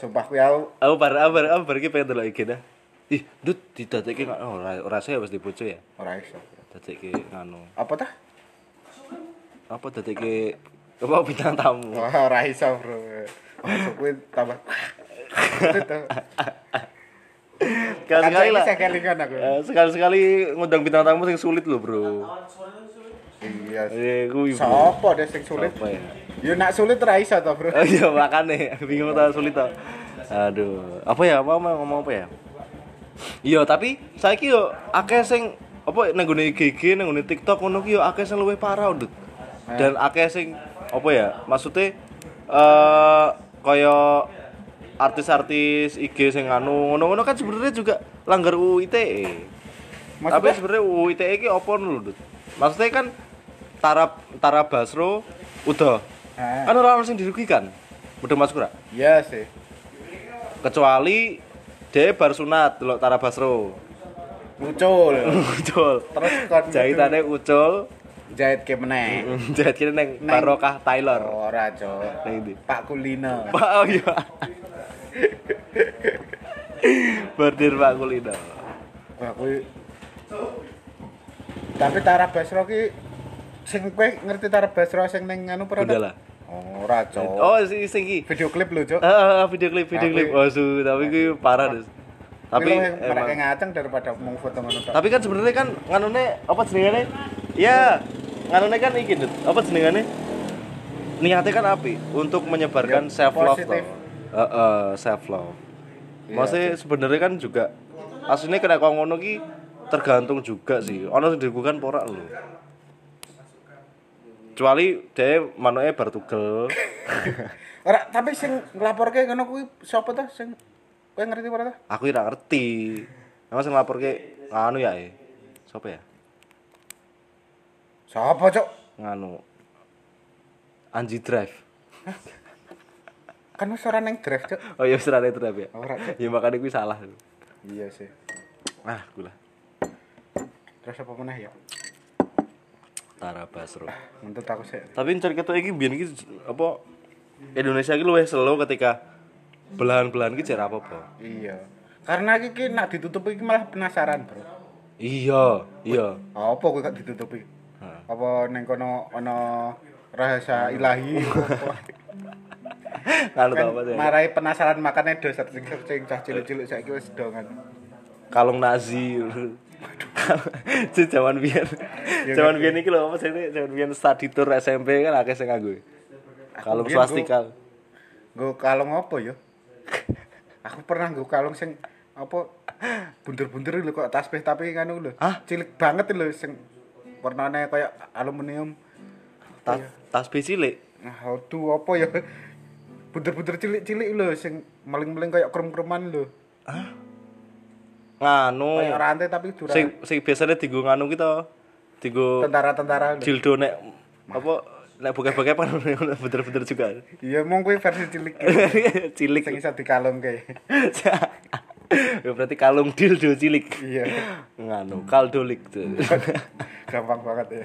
Speaker 2: sumpah kuwi aku
Speaker 1: Aku bar aku bar aku bar iki pengen delok IG dah. Ih, dud didadekke nggak- oh, ora ora saya wis dibojo ya.
Speaker 2: ora iso
Speaker 1: Dadekke nganu.
Speaker 2: apa tah
Speaker 1: Apa dadekke apa bintang tamu?
Speaker 2: Wah, ora iso bro masuk kuwi tambah Itu tuh. Kan
Speaker 1: Sekali-sekali
Speaker 2: saiki
Speaker 1: lah.
Speaker 2: saya kelingan aku
Speaker 1: Eh, Sekali-sekali ngundang bintang tamu sing sulit loh, Bro.
Speaker 2: iya
Speaker 1: Eh, kuwi. Bro.
Speaker 2: sapa deh sing sulit
Speaker 1: Sapa ya?
Speaker 2: yo nak sulit ora iso to bro
Speaker 1: Oh iya makane bingung tau sulit tau. Aduh, apa ya apa mau ngomong apa ya? Iya, tapi saiki yo akeh sing apa nang nggone IGG nang nggone TikTok ngono ki yo akeh sing luwih parah, Dut. Dan akeh sing apa ya? Maksudnya eh kaya artis-artis IG sing anu ngono-ngono kan sebenarnya juga langgar UU ITE. Tapi
Speaker 2: Maksudnya?
Speaker 1: sebenarnya UU ITE ki E apa ngono, Dut? Maksudnya kan Tara Tara Basro udah
Speaker 2: Ah,
Speaker 1: kan orang orang yang dirugikan udah masuk ora
Speaker 2: iya sih
Speaker 1: kecuali dia baru sunat delok Tara Basro
Speaker 2: lucu lho
Speaker 1: ucul
Speaker 2: Terus kon
Speaker 1: jahitannya ucul
Speaker 2: jahit ke meneh
Speaker 1: jahit kira neng barokah Taylor
Speaker 2: ora cok
Speaker 1: neng di
Speaker 2: Pak Kulino
Speaker 1: pak oh iya berdir pak kulino
Speaker 2: Wah, kuwi Tapi Tara Basro ki sing kowe ngerti Tara Basro sing ning anu pernah?
Speaker 1: Gundala.
Speaker 2: Ora, Cok.
Speaker 1: oh si sing ki
Speaker 2: Video klip lho, Cok.
Speaker 1: Ah, ah, ah, video klip video
Speaker 2: Tapi-
Speaker 1: klip oh su tapi gue parah dus tapi
Speaker 2: mereka
Speaker 1: emang
Speaker 2: ngaceng daripada mau foto ngono tok.
Speaker 1: tapi kan sebenarnya kan nganone apa jenengane ya nganone kan iki Dut. apa jenengane niatnya kan api untuk menyebarkan
Speaker 2: Ya,
Speaker 1: self love
Speaker 2: positif.
Speaker 1: self love
Speaker 2: Iya,
Speaker 1: maksudnya sebenarnya kan juga aslinya kena kau ngono ki tergantung juga sih ono sing dirugikan porak lho kecuali dia manuke bertugel
Speaker 2: Ora, tapi sing nglaporke ngono kuwi sapa to sing kowe ngerti ora to?
Speaker 1: aku ora ngerti emang sing lapor ke nganu ya eh siapa ya
Speaker 2: Sapa, Cok?
Speaker 1: nganu Anji Drive
Speaker 2: Kan wis ora ning drive, Cok.
Speaker 1: Oh iya serane itu tapi ya.
Speaker 2: Ora.
Speaker 1: Ya makanya gue salah.
Speaker 2: Iya sih.
Speaker 1: Ah, gula.
Speaker 2: Terus apa meneh ya?
Speaker 1: Tara Basro.
Speaker 2: Mentut aku sih.
Speaker 1: Tapi ncar ketok iki biyen iki apa Indonesia iki luwih slow ketika belahan-belahan iki jar apa-apa.
Speaker 2: Iya. Karena iki ki nak ditutupi iki malah penasaran, Bro.
Speaker 1: Iya, iya.
Speaker 2: apa kowe gak ditutupi apa neng kono ana rahasia ilahi apa?
Speaker 1: Kalau
Speaker 2: kan
Speaker 1: tau apa sih?
Speaker 2: marai penasaran makane do searching searching cah cilik-cilik saiki wis do kan
Speaker 1: Kalung Nazi. Cek zaman biyen. Zaman biyen iki lho apa sih? ini? Zaman biyen study tour SMP kan akeh sing nganggo. Kalung
Speaker 2: biyen
Speaker 1: swastika.
Speaker 2: nggo kalung apa yo aku pernah nggo kalung sing apa bunder-bunder lho kok tasbih tapi nganu lho.
Speaker 1: Hah?
Speaker 2: Cilik banget lho sing warnane kayak aluminium.
Speaker 1: Tas tas cilik.
Speaker 2: Nah, aduh apa ya? Bunder-bunder cilik-cilik lho sing meling-meling kayak krum-kruman lho. Kayak
Speaker 1: Nganu.
Speaker 2: rantai tapi durasi
Speaker 1: Oh. Sing sing biasanya digo nganu ki to. Digo
Speaker 2: tentara-tentara lho.
Speaker 1: dildo nek apa nek buka-buka kan bener-bener juga.
Speaker 2: Iya, mong kuwi versi cilik
Speaker 1: cilik.
Speaker 2: sing iso dikalungke.
Speaker 1: ya berarti kalung dildo cilik.
Speaker 2: Iya.
Speaker 1: Nganu, kaldolik tuh.
Speaker 2: Gampang banget ya.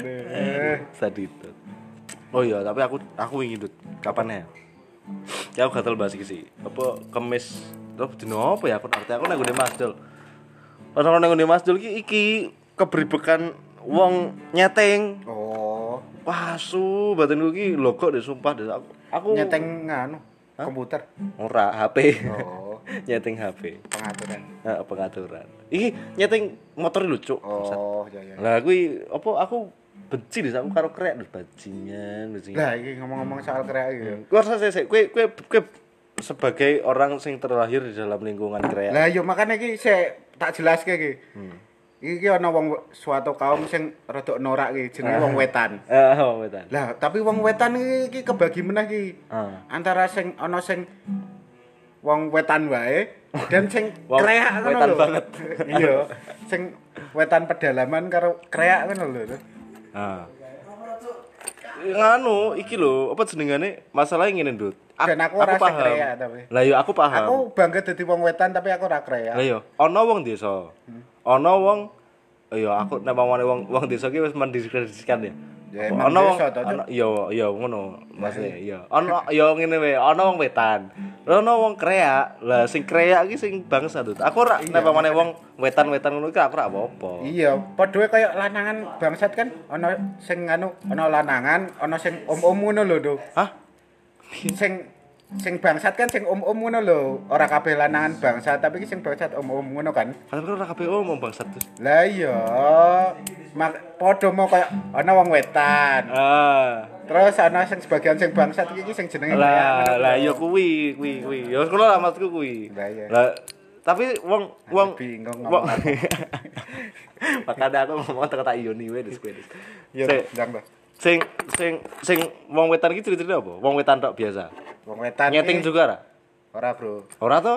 Speaker 2: Aduh.
Speaker 1: Tadi itu. Oh iya, tapi aku aku ingin Dut. kapan ya? Ya aku gatel bahas iki sih. Apa kemis terus dino apa ya aku artinya aku nang nggone Mas Dul. Pas aku nang nggone Mas Dul iki iki kebribekan wong nyeteng.
Speaker 2: Oh,
Speaker 1: Wah, su, badanku iki lho kok deh sumpah deh aku. Aku
Speaker 2: nyeteng nganu komputer.
Speaker 1: ora HP.
Speaker 2: Oh,
Speaker 1: nyeting HP.
Speaker 2: pengaturan.
Speaker 1: Nah, pengaturan. Iki nyeting motor lucu.
Speaker 2: Oh, ya ya.
Speaker 1: Lah kuwi apa aku benci deh aku karo krek lho bajingan, bajingan.
Speaker 2: Lah iki ngomong-ngomong soal kreak iki. ya.
Speaker 1: Kuwi harus sik kuwi kuwi kuwi sebagai orang sing terlahir di dalam lingkungan krek.
Speaker 2: Lah yo makane iki sik tak jelaske iki. Iki ana wong suatu kaum sing rada norak iki jenenge wong wetan.
Speaker 1: Eh, oh, wetan.
Speaker 2: Lah, tapi wong wetan iki, iki kebagi meneh iki.
Speaker 1: Ah.
Speaker 2: Antara sing ana sing wong wetan wae dan sing
Speaker 1: Wong
Speaker 2: kreak ngono
Speaker 1: wetan
Speaker 2: lho.
Speaker 1: banget.
Speaker 2: Iya, sing wetan pedalaman karo kreak ngono lho.
Speaker 1: Ah. Nganu iki lho, apa jenengane? Masalahnya ngene, Dut. Ak-
Speaker 2: Dan aku ora sing krek, tapi.
Speaker 1: Lah yo aku paham.
Speaker 2: Aku bangga dadi wong wetan tapi aku ora kreak.
Speaker 1: Lah iya, ana wong desa.
Speaker 2: Hmm.
Speaker 1: Ana wong ya aku nek pamane wong wong desa ki wis mendiskreditkan ya.
Speaker 2: Ya,
Speaker 1: Apa,
Speaker 2: emang
Speaker 1: Ana wong
Speaker 2: desa toh, Cuk.
Speaker 1: ana ya ya ngono maksudnya ya. Ana ya ngene wae, ana wong wetan. Ana wong kreak. Lah sing kreak ki sing bangsa Dut. Aku ora nek pamane wong wetan-wetan ngono ki aku ora apa-apa.
Speaker 2: Iya, padha wae kaya lanangan bangsat kan ana sing anu ana lanangan, ana sing om-om ngono lho, Dok.
Speaker 1: Hah?
Speaker 2: Sing sing bangsat kan sing om-om ngono lho, ora kabeh lanangan bangsat, tapi sing bangsat om-om ngono kan.
Speaker 1: Padahal ora kabeh omong bangsat Dut.
Speaker 2: Lah iya, mak padha mau kaya ana wong wetan.
Speaker 1: Ah.
Speaker 2: Terus ana sing sebagian sing bangsat iki sing jenenge
Speaker 1: lah
Speaker 2: Maya.
Speaker 1: lah ya kuwi kuwi kuwi ya ngono lah maksudku kuwi
Speaker 2: Lah, iya.
Speaker 1: lah tapi wong wong
Speaker 2: bingung
Speaker 1: wong
Speaker 2: ngomong apa.
Speaker 1: makanya aku ngomong kata Ioni wes kuwi wes
Speaker 2: Iya,
Speaker 1: sing
Speaker 2: ndang Mbak.
Speaker 1: sing sing sing wong wetan iki cerita apa wong wetan tok biasa
Speaker 2: Wong wetan
Speaker 1: nyeting
Speaker 2: iki-
Speaker 1: juga ra
Speaker 2: Ora, Bro.
Speaker 1: ora to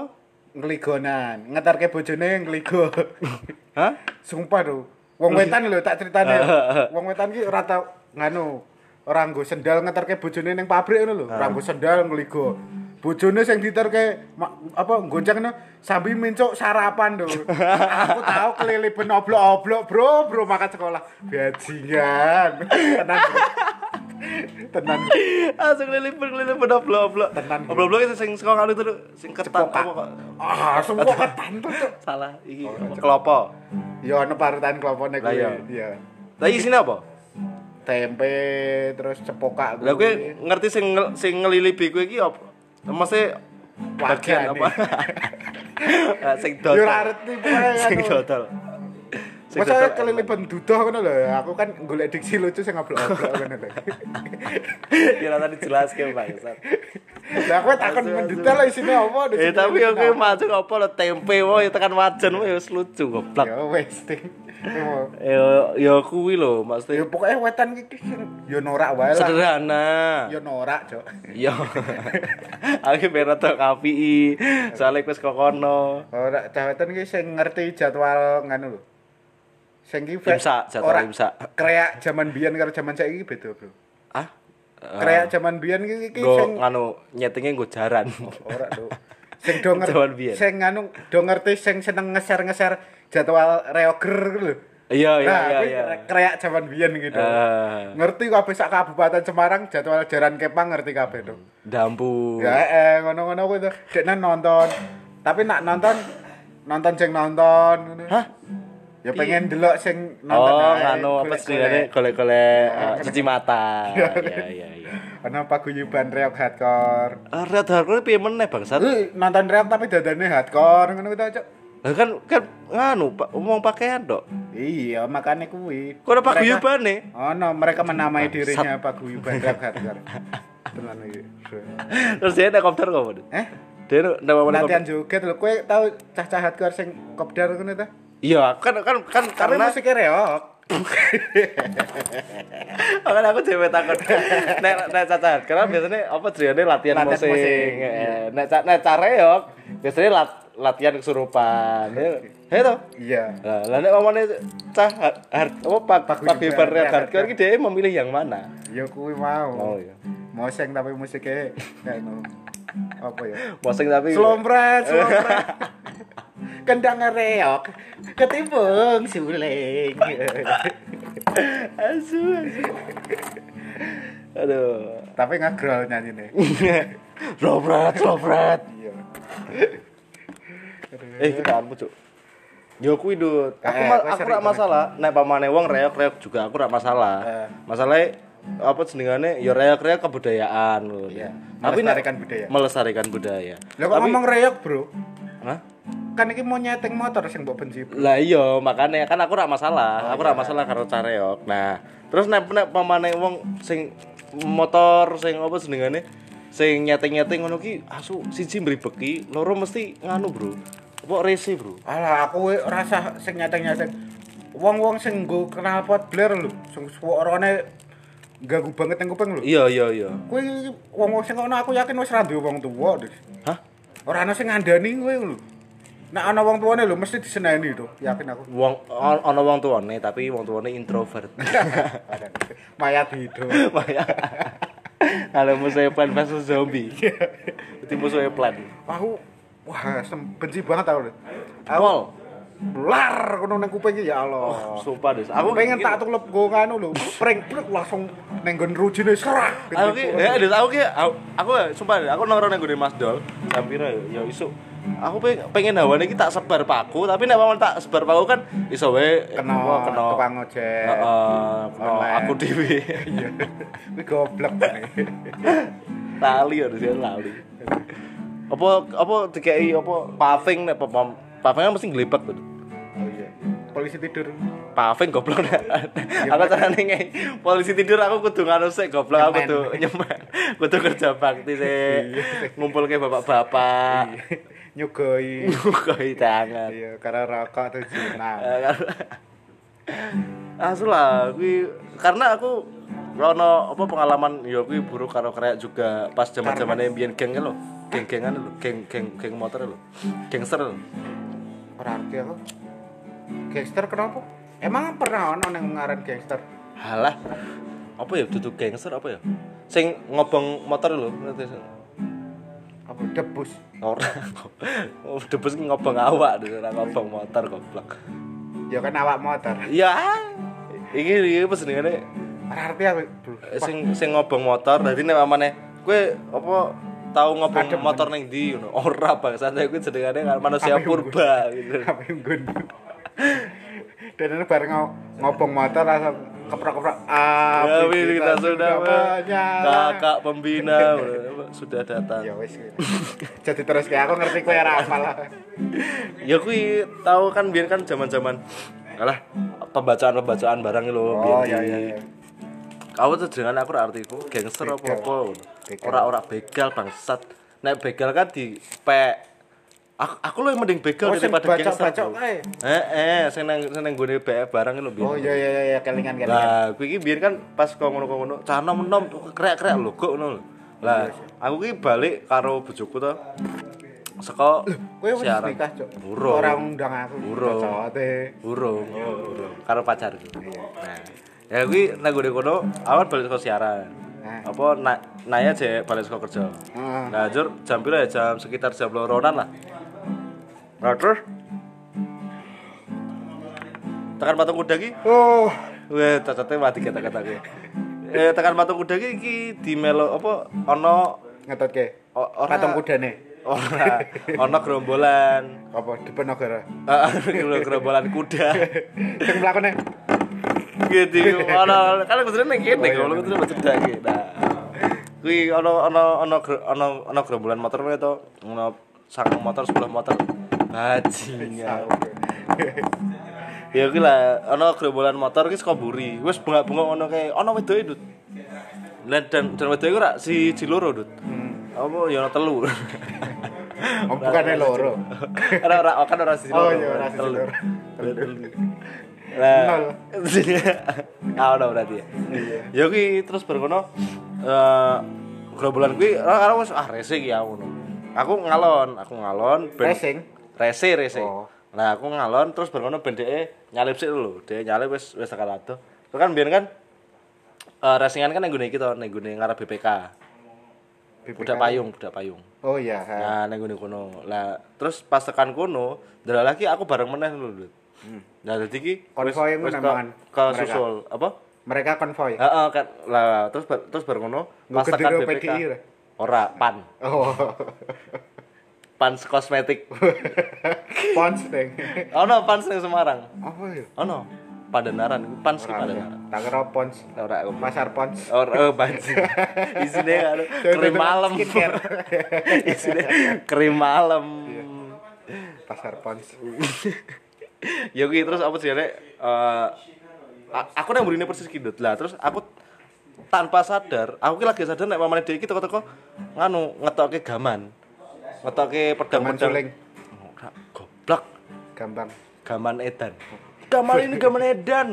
Speaker 2: Ngeligonan, ngetarke bojone ngeligo.
Speaker 1: hah
Speaker 2: Sumpah do. Wong wetan lho tak critane. Wong wetan ki ora tau nganu. Ora nggo sendal ngeterke bojone ning pabrik ngono lho. Ora nggo sendal ngligo. Bojone sing diterke ma- apa goncengno sambil mincuk sarapan lho. Aku tau kelele ben oblok-oblok, Bro, Bro makan sekolah. Bajingan. Tenang. Bro. Tenang.
Speaker 1: langsung lilipan lilipan oblok oblok oblok oblok itu sing sekong itu lho, sing ketan apa kok
Speaker 2: Ah, semua ketan tuh. Cuk.
Speaker 1: salah iki
Speaker 2: Oh,
Speaker 1: kelopo
Speaker 2: Ya ono parutan klopone
Speaker 1: Lah,
Speaker 2: kuwi.
Speaker 1: iya.
Speaker 2: Iya.
Speaker 1: lah isine apa
Speaker 2: Tempe terus cepokak
Speaker 1: Lah kowe ngerti sing ngel- sing ngelilipi kowe iki apa? Mesti bagian
Speaker 2: Wagane.
Speaker 1: apa? Nah, sing
Speaker 2: Ya
Speaker 1: dodol.
Speaker 2: ora arti pokoknya
Speaker 1: Sing
Speaker 2: anu.
Speaker 1: dodol. Sing
Speaker 2: Masa
Speaker 1: dodol.
Speaker 2: kelilipan duduh ngono lho. Aku kan golek diksi lucu sing ngobrol-ngobrol ngono lho.
Speaker 1: Ya ora tadi jelas ke bangsat.
Speaker 2: Lah kowe takon mendetail lah isine apa di
Speaker 1: Eh
Speaker 2: sini.
Speaker 1: tapi yo kowe maju apa lo tempe wae tekan wajan wae wis lucu goblok.
Speaker 2: Ya wis ting.
Speaker 1: Yo yo kuwi lho
Speaker 2: Ya
Speaker 1: maksudnya
Speaker 2: pokoke wetan iki sing- ya norak wae lah.
Speaker 1: sederhana.
Speaker 2: Ya norak, Cok.
Speaker 1: Yo. Aku pengen tok api soalnya wis kok kono.
Speaker 2: Ora cah wetan iki sing ngerti jadwal ngono lho. Sing iki fe-
Speaker 1: Imsak, jadwal
Speaker 2: ora-
Speaker 1: imsak.
Speaker 2: Kreak zaman biyen karo zaman saiki beda, Bro.
Speaker 1: Ah?
Speaker 2: Kreak zaman biyen iki iki
Speaker 1: Go
Speaker 2: sing
Speaker 1: nganu nyetinge nggo jaran.
Speaker 2: ora do sing do
Speaker 1: Jaman
Speaker 2: ngerti
Speaker 1: biyen.
Speaker 2: sing anu do ngerti sing seneng ngeser-ngeser jadwal reoger gitu lho
Speaker 1: Oh, Iya iya
Speaker 2: nah
Speaker 1: iya
Speaker 2: kuwi
Speaker 1: iya.
Speaker 2: kreak jaman biyen gitu
Speaker 1: Ah.
Speaker 2: ngerti kabeh sak kabupaten Semarang jadwal jaran kepang ngerti kabeh tuh
Speaker 1: Dampu.
Speaker 2: ya eh ngono-ngono kuwi tuh dekne nonton tapi nak nonton nonton sing nonton ngono
Speaker 1: Hah?
Speaker 2: ya pengen delok sing nonton
Speaker 1: Oh,
Speaker 2: ae,
Speaker 1: nganu apa
Speaker 2: golek-golek.
Speaker 1: sih golek-golek eh, cuci mata. Iya iya iya.
Speaker 2: ana paguyuban reok hardcore
Speaker 1: Ah, Red Hardcore piye meneh bangsat?
Speaker 2: Eh, nonton reok tapi dadane hardcore ngono kuwi tuh Cok.
Speaker 1: Lah kan kan nganu Pak, ngomong pakaian dok.
Speaker 2: Iya, makanya kuwi.
Speaker 1: Kok ada
Speaker 2: Mereka-
Speaker 1: paguyubane?
Speaker 2: Oh no, mereka menamai dirinya paguyuban rap hardcore. kan. Tenan iki.
Speaker 1: Terus dia ada komputer kok.
Speaker 2: Eh?
Speaker 1: Dia nang mamane
Speaker 2: Latihan
Speaker 1: kopdar.
Speaker 2: joget lho, kowe tau cah-cahat kuwi sing kopdar ngono ta?
Speaker 1: Iya, kan kan kan
Speaker 2: Tapi
Speaker 1: karena
Speaker 2: musiknya reok.
Speaker 1: Makanya aku cewek takut. Nek nek cacat, karena biasanya apa jadinya latihan
Speaker 2: Latihan
Speaker 1: musik.
Speaker 2: musik.
Speaker 1: Eh, Nek ca- nek careok biasanya lat- latihan kesurupan. Hei toh.
Speaker 2: Iya.
Speaker 1: Nah, lah nek mamane cah hard, hard- apa pak pak
Speaker 2: Paguyuban,
Speaker 1: pagibar
Speaker 2: ya,
Speaker 1: hardcore iki dia memilih yang mana?
Speaker 2: Ya kuwi mau.
Speaker 1: Oh iya.
Speaker 2: Mau sing tapi musiknya nggak no. Apa ya?
Speaker 1: Wasing tapi
Speaker 2: Slompret, slompret. Kendang reok, ketimbang suling.
Speaker 1: Asu. asu. Aduh.
Speaker 2: tapi ngegrol nyanyi nih.
Speaker 1: Robret, robret.
Speaker 2: Iya.
Speaker 1: Eh, kita armu, Cuk. Yo kuwi, Dut. Aku
Speaker 2: Eh,
Speaker 1: ma-
Speaker 2: kowe
Speaker 1: aku
Speaker 2: sering
Speaker 1: ra
Speaker 2: komen.
Speaker 1: masalah. Nek pamane wong reok-reok juga aku ra masalah.
Speaker 2: Eh.
Speaker 1: Masalahnya apa jenengane ya reok-reok kebudayaan ngono.
Speaker 2: Iya.
Speaker 1: nek-
Speaker 2: Melestarikan budaya.
Speaker 1: Melestarikan budaya.
Speaker 2: Lah kok
Speaker 1: Tapi-
Speaker 2: ngomong reok, Bro?
Speaker 1: Hah?
Speaker 2: Kan iki mau nyeting motor sing mbok benci.
Speaker 1: Lah iya, makanya kan aku ra masalah. aku ra masalah karo careok. Nah, terus nek nek pamane wong sing motor sing apa jenengane sing nyeting-nyeting ngono ki asu siji mribeki, loro mesti nganu, Bro. Apa rese, Bro?
Speaker 2: Alah, aku we rasa sing nyateng-nyateng. Wong-wong sing nggo knalpot bler lho, sing suarane ganggu banget nang kuping lho.
Speaker 1: Iya, iya, iya.
Speaker 2: Kowe iki wong-wong sing ngono aku yakin wis ra duwe wong tuwa, Dik.
Speaker 1: Hah?
Speaker 2: Ora ana sing ngandani kowe lho. Nek ana wong tuwane lho mesti diseneni to, yakin aku.
Speaker 1: wong on- ana wong tuane tapi wong tuane introvert.
Speaker 2: Ada. Mayat hidup.
Speaker 1: Maya. Kalau musuhnya plan versus zombie. Itu musuhnya plan.
Speaker 2: Aku wah, sem- benci banget aku. Dik.
Speaker 1: Awal.
Speaker 2: Lar kono nang kuping iki ya Allah.
Speaker 1: Sumpah deh. Oh,
Speaker 2: Aku
Speaker 1: Aku
Speaker 2: pengen tak tuklep go nganu lho, pring pluk langsung neng nggon rujine serak.
Speaker 1: Aku ki, eh, ya, Des, aku ki, aku, aku sumpah deh, aku nongkrong nang gone Mas Dol, hampir ya isuk. Aku pengen, pengen hawane ki tak sebar paku, tapi nek paman tak sebar paku kan iso wae
Speaker 2: Kena,
Speaker 1: wah,
Speaker 2: tukang ojek.
Speaker 1: Heeh, kena
Speaker 2: Online.
Speaker 1: aku dhewe.
Speaker 2: Iya. Kuwi goblok nih.
Speaker 1: lali ya sih lali apa apa dikei apa paving nek pom paving kan mesti nglebek tuh
Speaker 2: Oh iya. Polisi tidur.
Speaker 1: paving goblok nek
Speaker 2: Iya,
Speaker 1: aku carane ngei polisi tidur aku kudu nganu sik goblok aku
Speaker 2: Nyemen.
Speaker 1: kudu nyemen kudu kerja bakti sik
Speaker 2: Iya.
Speaker 1: ngumpulke bapak-bapak
Speaker 2: Nyugoi.
Speaker 1: ngukoi tangan
Speaker 2: Iya, karena rokok tuh jinak.
Speaker 1: Eh, kar- asu lah kuwi karena aku ono apa pengalaman ya kuwi buruk karo kreak juga pas zaman-zamane mbiyen geng lho geng-gengan lho geng geng geng motor lho gangster lho
Speaker 2: Ora ngerti aku. Gangster kenapa? Emang pernah ono nang ngaran gangster?
Speaker 1: halah apa ya duduk gangster apa ya sing ngobong motor lho ngerti sing?
Speaker 2: Apa debus?
Speaker 1: ora Oh, debes ngobong awak lho, ora ngobong motor goblok
Speaker 2: Ya kan awak motor.
Speaker 1: ya iki iki pesenengane
Speaker 2: Ora ngerti aku. Duh,
Speaker 1: Eh, sing sing ngobong motor dadi nek mamane kowe apa tahu ngobong motor ning ndi ngono ora bangsane kowe jenengane kan manusia purba gitu
Speaker 2: Apa yang gun? Dan ini bareng ngo- ngobong motor langsung keprak-keprak. Ah,
Speaker 1: Kami kita sudah
Speaker 2: menyala.
Speaker 1: kakak pembina sudah
Speaker 2: Ya
Speaker 1: datang.
Speaker 2: wis. Jadi terus kayak aku ngerti kowe ora hafal.
Speaker 1: Ya kuwi tahu kan biyen kan zaman-zaman alah pembacaan-pembacaan barang lho biyen.
Speaker 2: Oh,
Speaker 1: di-
Speaker 2: iya iya. iya.
Speaker 1: Aku tuh dengan aku ora arti iku gangster apa apa.
Speaker 2: Begal.
Speaker 1: Ora-ora begal bangsat. Nek begal kan di pe Aku, aku lo mending begal
Speaker 2: Oh, sing
Speaker 1: daripada gangster.
Speaker 2: bacok-bacok
Speaker 1: bro.
Speaker 2: ae.
Speaker 1: Eh eh sing nang sing nang gone bae barang lho biyen.
Speaker 2: Oh iya iya iya kelingan kelingan.
Speaker 1: Lah, kuwi iki biyen kan pas kok ngono-ngono, cah nom-nom krek-krek lho kok ngono lho. Lah, aku ki balik karo bojoku to. Seko
Speaker 2: Kowe wis nikah, Cuk.
Speaker 1: Urung.
Speaker 2: Ora ngundang aku.
Speaker 1: Urung.
Speaker 2: Cocote.
Speaker 1: Burung, oh, burung. Karo pacarku. Nah. Ya kuwi nang gone kono, awal balik saka siaran.
Speaker 2: Nah.
Speaker 1: Apa na naya aja balik saka kerja.
Speaker 2: Heeh.
Speaker 1: Nah, jur jam piro ya jam sekitar jam loronan lah. Nah, terus tekan patung kuda ki
Speaker 2: Oh,
Speaker 1: Weh, cacatnya mati kata-kata gue. Eh, tekan patung kuda ki iki di melo apa ono
Speaker 2: ngetot ke.
Speaker 1: o- ora
Speaker 2: Patung kudane.
Speaker 1: Ora ono gerombolan.
Speaker 2: Apa Dipenogoro?
Speaker 1: Eh, gerombolan kuda.
Speaker 2: Sing mlakune.
Speaker 1: Gitu ono kan kudu ning kene kalau kudu cedak iki. Nah. Kuwi ono ono ono ger- ono ono gerombolan motor wae to. Ono sang motor sebelah motor. Bajingan. ya kuwi lah ana gerombolan motor ki saka mburi wis bengak-bengok ngono kae ana wedoke Dut lan dan dan wedoke ku rak si loro Dut apa ya ana telu
Speaker 2: Hmm. Oh, bukannya loro.
Speaker 1: Ora ora kan ora sisi loro.
Speaker 2: Oh iya, ora sisi
Speaker 1: Telu.
Speaker 2: loro.
Speaker 1: Telu. Nah,
Speaker 2: Nol.
Speaker 1: sini. Ah, ora berarti ya. Ya kuwi terus berkono eh gerombolan kuwi ora ora wis ah rese iki aku ngono. Aku ngalon, aku ngalon
Speaker 2: Racing?
Speaker 1: Rese rese.
Speaker 2: Oh.
Speaker 1: Nah, aku ngalon terus berkono ben dhek nyalip sik lho. Dhek nyalip wis wis tekan adoh. Terus kan biyen kan eh racingan kan yang gune iki to, yang gune ngarep BPK. Budak payung, budak payung.
Speaker 2: Oh iya,
Speaker 1: Nah,
Speaker 2: ha.
Speaker 1: nang ngene kono. Lah, terus pas tekan kono, dalah lagi aku bareng meneh lho, Dut. Nah, dadi iki
Speaker 2: Hmm. Konvoy
Speaker 1: wis- wis
Speaker 2: ngono namaan
Speaker 1: ke, ke
Speaker 2: mereka.
Speaker 1: susul, apa?
Speaker 2: Mereka konvoy.
Speaker 1: Heeh, kan lah terus bar- terus bareng ngono pas tekan
Speaker 2: Nggo gendero
Speaker 1: BPK.
Speaker 2: PDI ora?
Speaker 1: Ora, pan.
Speaker 2: Oh.
Speaker 1: Pan kosmetik.
Speaker 2: Pons deng.
Speaker 1: Ono pan sing Semarang.
Speaker 2: Apa ya?
Speaker 1: Ono. Padanaran, pan sing padanaran.
Speaker 2: Tak kira Pons.
Speaker 1: Ora aku.
Speaker 2: Pasar Pons.
Speaker 1: Ora oh, banjir. Isine karo krim malam.
Speaker 2: Skincare.
Speaker 1: Isine krim malam.
Speaker 2: Iya. Pasar Pons.
Speaker 1: ya kuwi terus apa sih Eh a- aku nang mrene persis kindut lah terus aku tanpa sadar aku ki lagi sadar nek mamane dhek iki teko-teko nganu ngetokke gaman ngetokke
Speaker 2: Gaman
Speaker 1: pedang-pedang
Speaker 2: suling.
Speaker 1: Ora, goblok
Speaker 2: Gampang.
Speaker 1: gaman edan gaman ini gaman edan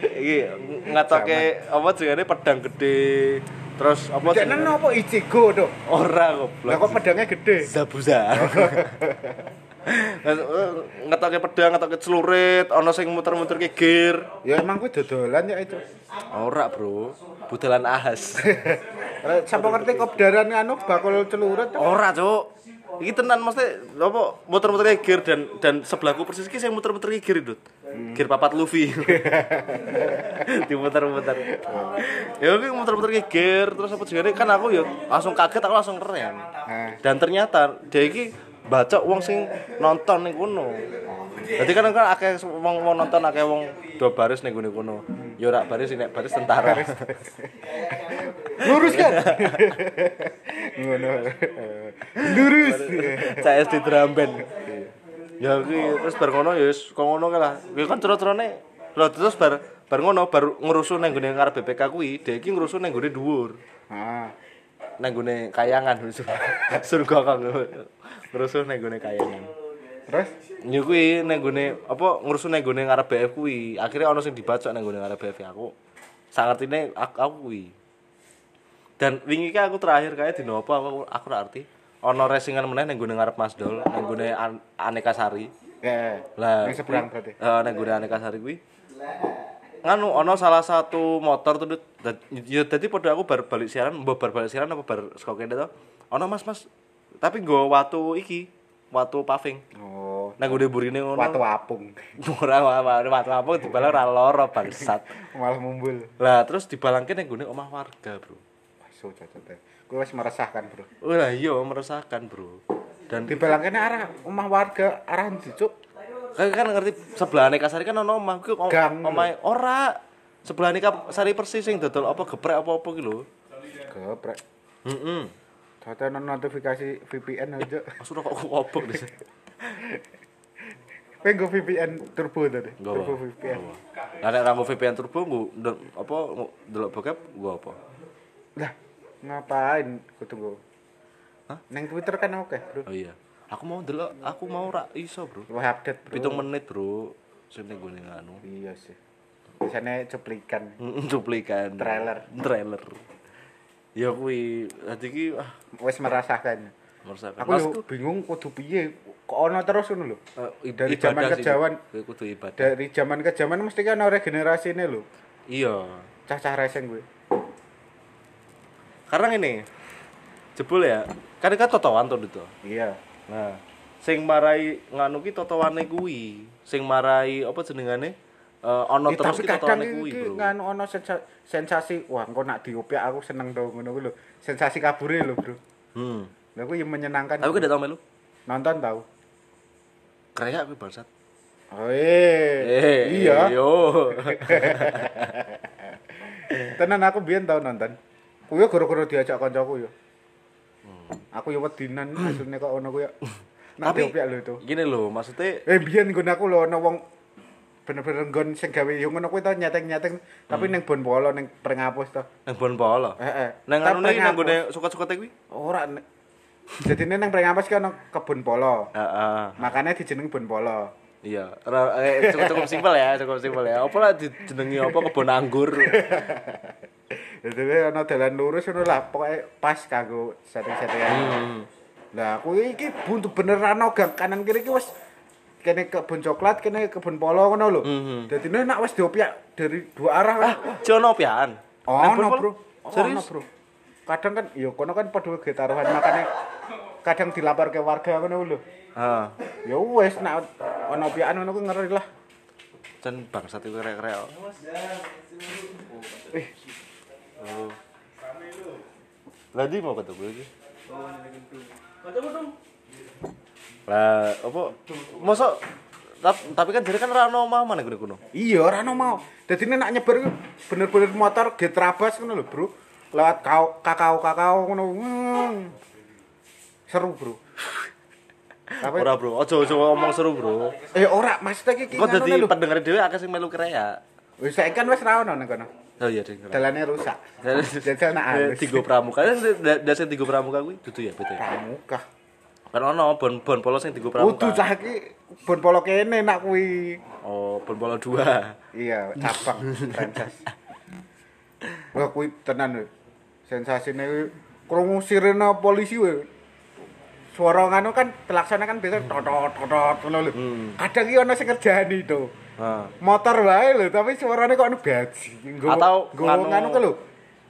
Speaker 1: iki ngetokke apa jenenge pedang gede terus apa
Speaker 2: Jangan
Speaker 1: jenenge
Speaker 2: nopo Ichigo tuh.
Speaker 1: ora
Speaker 2: Lah
Speaker 1: goblok
Speaker 2: kok pedangnya gede?
Speaker 1: Zabuza. ngetokke eh, pedang, ngetokke celurit, ana sing muter-muter ke gear.
Speaker 2: Ya emang gue dodolan ya itu.
Speaker 1: Ora, Bro. Budelan ahas.
Speaker 2: Eh, Siapa ngerti kopdaran anu bakul celurit tuh?
Speaker 1: Ora, Cuk. Iki tenan mesti apa muter-muter ke gear dan dan sebelahku persis iki sing muter-muter ke gear, Dut. Gear papat Luffy. Dimuter-muter. Ya iki muter-muter ke gear terus apa jenenge kan aku ya langsung kaget aku langsung keren.
Speaker 2: Nah,
Speaker 1: dan ternyata dia iki baca wong sing nonton ning kono. Dadi kan kan akeh wong wong nonton akeh wong do baris ning gone kono. Ya ora baris sih, nek baris tentara.
Speaker 2: luruskan. Ngono. Lurus.
Speaker 1: CS di drum band. Ya kuwi terus bar ngono ya wis kok ngono kae lah. Kuwi kan cero-cerone lho terus bar bar ngono bar ngurusun ning gone ngarep BPK kuwi, dia iki ngurusun ning gone dhuwur.
Speaker 2: Ah,
Speaker 1: Ning gone kayangan surga kang. Ngurusun ning gone kayangan.
Speaker 2: terus
Speaker 1: Ya kuwi nang gone apa ngurusin nang gone ngarep BF kuwi. Akhire ana sing dibacok nang gone ngarep BF aku. Sangertine aku, aku kuwi. Dan wingi ki aku terakhir kae dino apa aku aku ora arti. Ana racingan meneh nang gone ngarep Mas Dol, nang gone An- Aneka Sari.
Speaker 2: ya.
Speaker 1: Lah,
Speaker 2: Yang seberang berarti.
Speaker 1: Heeh, nang gone Aneka Sari kuwi. Nganu ana salah satu motor tuh Dut. Dat- ya dadi padha aku bar balik siaran, mbah bar balik siaran apa bar saka kene to. Ana Mas-mas tapi nggo watu iki, watu paving.
Speaker 2: Oh,
Speaker 1: Nang gone burine ngono.
Speaker 2: watu apung.
Speaker 1: Ora wae matu apa dibalang ora lara bangsat.
Speaker 2: Malah mumbul.
Speaker 1: Lah terus dibalangke ning gone omah warga, Bro.
Speaker 2: Masuk cocok. Gue wis meresahkan, Bro.
Speaker 1: Wah, iya meresahkan, Bro. Dan
Speaker 2: Di belakangnya arah rumah warga arah ndi, Cuk?
Speaker 1: kan, kan ngerti sebelah Aneka Sari kan ono omah kuwi om-
Speaker 2: Gang.
Speaker 1: omahe ora sebelah Aneka Sari persis sing dodol apa geprek apa-apa ki lho.
Speaker 2: Geprek.
Speaker 1: Heeh.
Speaker 2: Tata notifikasi VPN aja.
Speaker 1: Aku kok kobok deh.
Speaker 2: Kowe nggo VPN turbo tadi.
Speaker 1: Nggawa.
Speaker 2: Turbo VPN.
Speaker 1: Lah nek nganggo VPN turbo nggo ndel- apa nggo ndelok bokep nggo apa?
Speaker 2: Lah, ngapain kudu nggo? Hah? Neng Twitter kan oke, Bro.
Speaker 1: Oh iya. Aku mau ndelok, aku mau ra iso, Bro.
Speaker 2: Lu update, Bro.
Speaker 1: Pitung menit, Bro. Sing ning gone anu.
Speaker 2: Iya sih. Biasanya cuplikan.
Speaker 1: Mm, cuplikan
Speaker 2: Trailer.
Speaker 1: trailer ya kui hati ki ah
Speaker 2: Wis merasakan.
Speaker 1: merasakan
Speaker 2: Aku yo bingung kudu piye. Kok ono terus ngono lho.
Speaker 1: Eh,
Speaker 2: eh, dari zaman kejauhan.
Speaker 1: gue kudu ibadah
Speaker 2: Dari zaman ke zaman mesti kan ora generasine lho.
Speaker 1: iya
Speaker 2: Cah-cah racing gue.
Speaker 1: karena ini jebul ya kan kan totoan tuh itu
Speaker 2: Iya.
Speaker 1: nah sing marai nganu ki totoane kuwi sing marai apa jenengane Eh ono
Speaker 2: Eh,
Speaker 1: terus ki
Speaker 2: tapi kadang
Speaker 1: totoane kuwi
Speaker 2: iki
Speaker 1: bro
Speaker 2: kan ono sensa- sensasi wah engko nak diopiak aku seneng to ngono kuwi lho. Sensasi kabure lho, Bro.
Speaker 1: hmm
Speaker 2: Lha kuwi yang menyenangkan.
Speaker 1: tapi kau tau melu
Speaker 2: nonton tau.
Speaker 1: kreak kuwi bangsat
Speaker 2: Oh, eh, iya.
Speaker 1: yo
Speaker 2: Tenan aku biyen tau nonton. Kuwi gara-gara diajak kancaku yo.
Speaker 1: Hmm.
Speaker 2: Aku yo wedinan asline kok ono kuwi. Nak
Speaker 1: Tapi-
Speaker 2: diopiak lho itu.
Speaker 1: gini lho maksudnya
Speaker 2: Eh biyen nggon aku lho ana wong bener-bener nggon sing gawe yo ngono kuwi to nyeteng-nyeteng
Speaker 1: Hmm.
Speaker 2: tapi ning Bonpolo ning Prengapus to.
Speaker 1: nang eh, bon polo
Speaker 2: Heeh.
Speaker 1: nang anu
Speaker 2: Tapi
Speaker 1: nih nang gue
Speaker 2: Prengapus.
Speaker 1: suka-suka kuwi
Speaker 2: ora nek Jadi ini nang Prengapas ki ono kebun polo.
Speaker 1: Heeh.
Speaker 2: Makanya dijeneng Bun Polo.
Speaker 1: Iya, ra- eh, cukup cukup simpel ya, cukup simpel ya. Apa lah dijenengi apa kebun anggur.
Speaker 2: Jadi ini ono dalan lurus ngono lah, pokoknya pas kanggo setting-settingan. Lah aku iki buntu bener ana gang kanan kiri iki wis kene kebun coklat, kene kebun polo ngono lho.
Speaker 1: Mhm.
Speaker 2: Jadi ini nak wis diopiak dari dua arah.
Speaker 1: Ah, Jono pian.
Speaker 2: Oh, no, Bro. Serius,
Speaker 1: Serius?
Speaker 2: Bro. Kadang kan ya kono kan padha ge taruhan makane kadang dilapor ke warga ngono lho.
Speaker 1: Heeh.
Speaker 2: Ya wis nak ana piakan ngono kuwi ngeri lah.
Speaker 1: Cen bangsat itu kere-kere. kok.
Speaker 2: Eh,
Speaker 1: Oh. Lah di mau ketemu lagi. Lah apa mosok tap- tapi kan jadi kan rano omah mana gune kuno.
Speaker 2: iya ora ono mau. Dadi nek nyebar ku bener-bener motor ge trabas ngono lho, Bro. Lewat kau kakao-kakao ngono. Hmm. Seru, Bro. Tapi
Speaker 1: Ora Oh, bro, ojo ojo ngomong seru bro.
Speaker 2: eh ora maksudnya iki
Speaker 1: Kok
Speaker 2: ngono
Speaker 1: jadi
Speaker 2: lho.
Speaker 1: pendengar dhewe akeh sing melu kere ya.
Speaker 2: Wis saiki kan wis ra ono nang kono.
Speaker 1: Oh iya ding.
Speaker 2: Dalane rusak.
Speaker 1: Eh,
Speaker 2: Jajal nak halus.
Speaker 1: Tiga pramuka, ada sing tiga pramuka kuwi dudu ya betul. ya?
Speaker 2: pramuka.
Speaker 1: Kan ono bon bon polo sing tiga pramuka.
Speaker 2: Kudu cah iki bon polo kene nak kuwi.
Speaker 1: Oh, bon polo dua.
Speaker 2: Iya, cabang franchise. Wah, kuwi tenan we. Sensasine kuwi krungu sirene polisi we. Suara ngono kan pelaksana kan
Speaker 1: Hmm.
Speaker 2: biasa totot totot ngono lho. Kadang iki ana sing ngerjani to.
Speaker 1: Heeh.
Speaker 2: Motor wae lho, tapi suarane kok anu baji. Nggo-
Speaker 1: Atau
Speaker 2: nggo
Speaker 1: nganu-
Speaker 2: ngono ke lho.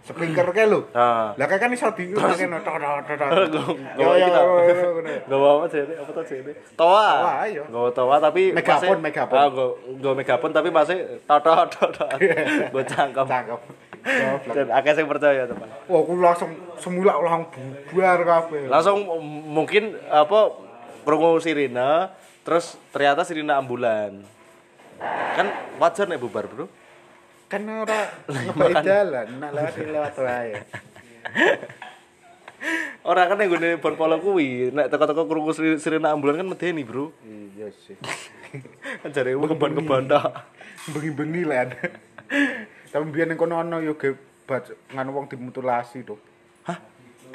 Speaker 2: Speaker ke lho.
Speaker 1: Ah.
Speaker 2: Lah kayak kan iso diurangke no totot totot. Yo
Speaker 1: Gawa
Speaker 2: yo.
Speaker 1: kita.
Speaker 2: yo, yo, ngono.
Speaker 1: Gawa apa jene? Apa to jene? Toa.
Speaker 2: Toa, ayo.
Speaker 1: Gawa toa tapi
Speaker 2: Megapon,
Speaker 1: masih-
Speaker 2: megapon.
Speaker 1: Ah, gawa- gawa megapon tapi masih totot totot. Gua cangkem.
Speaker 2: Cakep. Goblok.
Speaker 1: Dan akeh sing percaya, teman.
Speaker 2: Wah, aku langsung semula langsung bubar kabeh.
Speaker 1: langsung m- mungkin apa krungu sirine terus ternyata sirine ambulan kan wajar nih bubar bro
Speaker 2: kan ora ngebaki dalan nak lewat lewat wae
Speaker 1: orang kan yang gue bon polo kuwi nek teko-teko krungu siri- sirine ambulan kan medeni bro
Speaker 2: iya sih
Speaker 1: kan jare wong keban keban tok
Speaker 2: bengi-bengi lah ada. tapi biyen ning kono ono yo ge bac- nganu wong dimutilasi to
Speaker 1: Hah?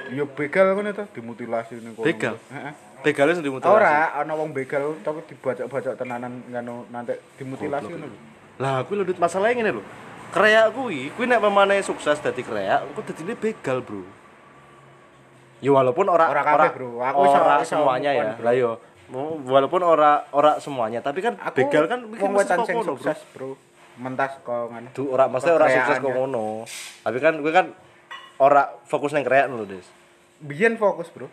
Speaker 2: yo begal ngono to dimutilasi ning kono
Speaker 1: Begal?
Speaker 2: heeh
Speaker 1: tegale sing dimutilasi
Speaker 2: ora ono wong begal tapi dibajak-bajak tenanan nganu nanti dimutilasi ngono lho
Speaker 1: lah kuwi lho Dit, masalahnya ngene lho kreak kuwi kuwi nek pemane sukses dadi kreak kuwi dadine begal bro ya walaupun ora
Speaker 2: Ora kabeh, bro. Aku iso-
Speaker 1: ora
Speaker 2: iso
Speaker 1: semuanya
Speaker 2: move on,
Speaker 1: ya
Speaker 2: bro.
Speaker 1: lah yo walaupun ora ora semuanya tapi kan
Speaker 2: aku
Speaker 1: begal kan
Speaker 2: wong
Speaker 1: mesti
Speaker 2: wetan
Speaker 1: kok
Speaker 2: sing
Speaker 1: ngono, bro.
Speaker 2: sukses bro mentas kok nganu
Speaker 1: Duh, ora mesti ora sukses kok
Speaker 2: Kekreaannya.
Speaker 1: ngono tapi kan kuwi kan ora fokus nang kreak lho Des
Speaker 2: biyen fokus bro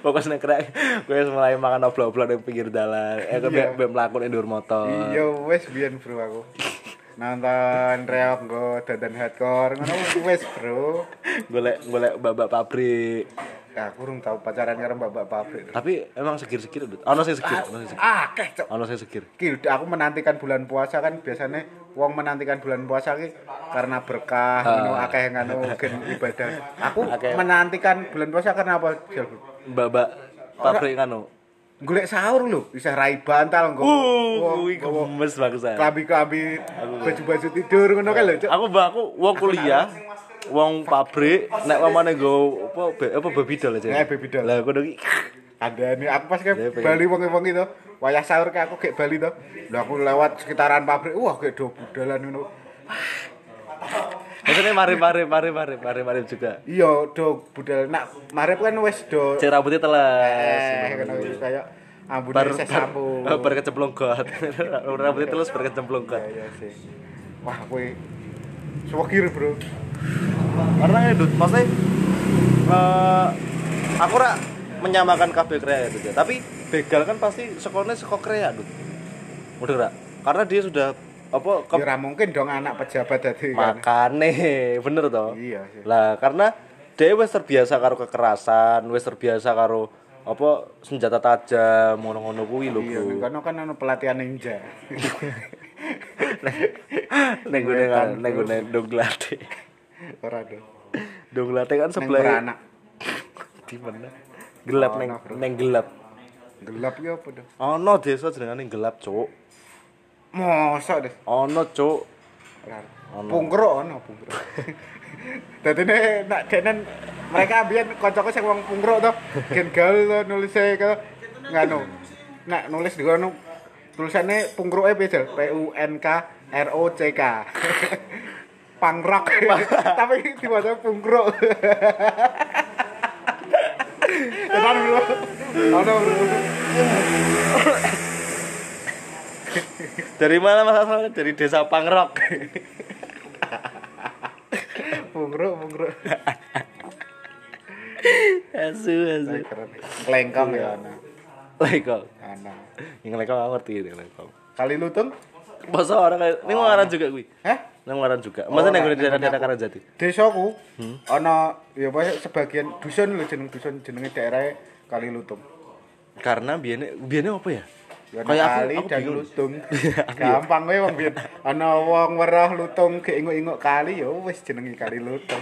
Speaker 1: fokus nang kreak gue mulai makan oblok-oblok di pinggir dalan eh gue
Speaker 2: Iya.
Speaker 1: mbek mlaku nang dhuwur motor
Speaker 2: Iya wes biyen bro aku. Nonton reok nggo dandan hardcore ngono wes bro.
Speaker 1: golek golek babak pabrik
Speaker 2: Aku urung tau pacaran karo mbak pabrik.
Speaker 1: Tapi emang segir-segir Dut. Ono sing segir, ono sing segir.
Speaker 2: Ah, keh cok.
Speaker 1: Ono sing segir.
Speaker 2: Ki, aku menantikan bulan puasa kan biasanya wong menantikan bulan puasa ki karena berkah ngono akeh ngono gen ibadah. Aku
Speaker 1: Ah. Akeh.
Speaker 2: menantikan bulan puasa karena apa? Jel, Bro?
Speaker 1: Babak pabrik kanu.
Speaker 2: Golek sahur lho, bisa rai bantal nggo.
Speaker 1: Uh, kuwi
Speaker 2: nggo
Speaker 1: gemes bagusan.
Speaker 2: Klambi-klambi baju-baju tidur ngono kan lho, cok.
Speaker 1: Aku mbak aku wong kuliah, wong pabrik, nek mamane nggo apa be, apa baby doll aja.
Speaker 2: Eh, baby doll.
Speaker 1: Lah aku iki
Speaker 2: Ada nih, aku pas ke
Speaker 1: Iya, pengen.
Speaker 2: Bali wong-wong itu, wayah sahur ke aku kayak Bali tuh. Lah aku lewat sekitaran pabrik, wah kayak do budalan ngono.
Speaker 1: Maksudnya mari mari mari mari mari mari juga.
Speaker 2: Iya, do budal. Nak marep kan wis do
Speaker 1: Cek rambutnya teles.
Speaker 2: eh ngono iki kaya ambune
Speaker 1: Bar
Speaker 2: ses
Speaker 1: bar,
Speaker 2: sapu.
Speaker 1: bar kecemplung got. Rambutnya teles bar kecemplung got.
Speaker 2: Iya, iya sih. Wah, kowe suwegir, Bro.
Speaker 1: karena ya dud maksudnya eh, aku ora menyamakan kabel krea itu ya tapi begal kan pasti sekolahnya sekolah krea dud udah ora karena dia sudah apa ke
Speaker 2: Ya ora mungkin dong anak pejabat dadi kan.
Speaker 1: makane bener toh
Speaker 2: Iya sih.
Speaker 1: lah karena dia wis terbiasa karo kekerasan wis terbiasa karo apa senjata tajam ngono-ngono kuwi lho
Speaker 2: Iya,
Speaker 1: bro
Speaker 2: ning kono kan ono pelatihan ninja.
Speaker 1: neng
Speaker 2: Iya,
Speaker 1: gue
Speaker 2: kan?
Speaker 1: neng gue dong glate
Speaker 2: Ora do.
Speaker 1: dong glate kan
Speaker 2: Ning
Speaker 1: sebelah
Speaker 2: beranak.
Speaker 1: di mana gelap neng neng gelap
Speaker 2: Gelap ya apa do?
Speaker 1: Ono desa jenengane gelap, Cuk.
Speaker 2: Mosok deh.
Speaker 1: Ono, Cuk.
Speaker 2: Pungkro ono pungkro. Dadi nek nak denen mereka biyen kancaku sing wong pungkro to, gen gaul to nulise kaya nganu. Nak nulis di kono tulisannya pungkroke piye Jel? P U N K R O C K. Pangrok. Tapi dibaca pungkro. Tenan bro. Ono bro.
Speaker 1: Dari mana Mas asalnya? Dari desa Pangrok.
Speaker 2: Pungkro pungkro.
Speaker 1: asu asu.
Speaker 2: Keren. Klengkong ya ono.
Speaker 1: Lekong.
Speaker 2: Ono.
Speaker 1: Yang lekong aku ngerti ini lekong.
Speaker 2: Kali lutung?
Speaker 1: Masa orang kayak ini ngaran juga kuwi.
Speaker 2: Hah?
Speaker 1: Nang ngaran juga. Masa
Speaker 2: Oh,
Speaker 1: nang
Speaker 2: nek-
Speaker 1: di daerah-daerah
Speaker 2: nek-
Speaker 1: Karangjati.
Speaker 2: desaku ana ya apa sebagian dusun lho jeneng dusun jenenge daerah Kali Lutung.
Speaker 1: Karena biene biene apa ya?
Speaker 2: Ya ana
Speaker 1: Kayak aku-
Speaker 2: kali
Speaker 1: aku
Speaker 2: dan
Speaker 1: bingung.
Speaker 2: lutung.
Speaker 1: Aku ya.
Speaker 2: Gampang kowe wong biyen ana wong weruh lutung keinguk-inguk kali ya wis jenenge Kali Lutung.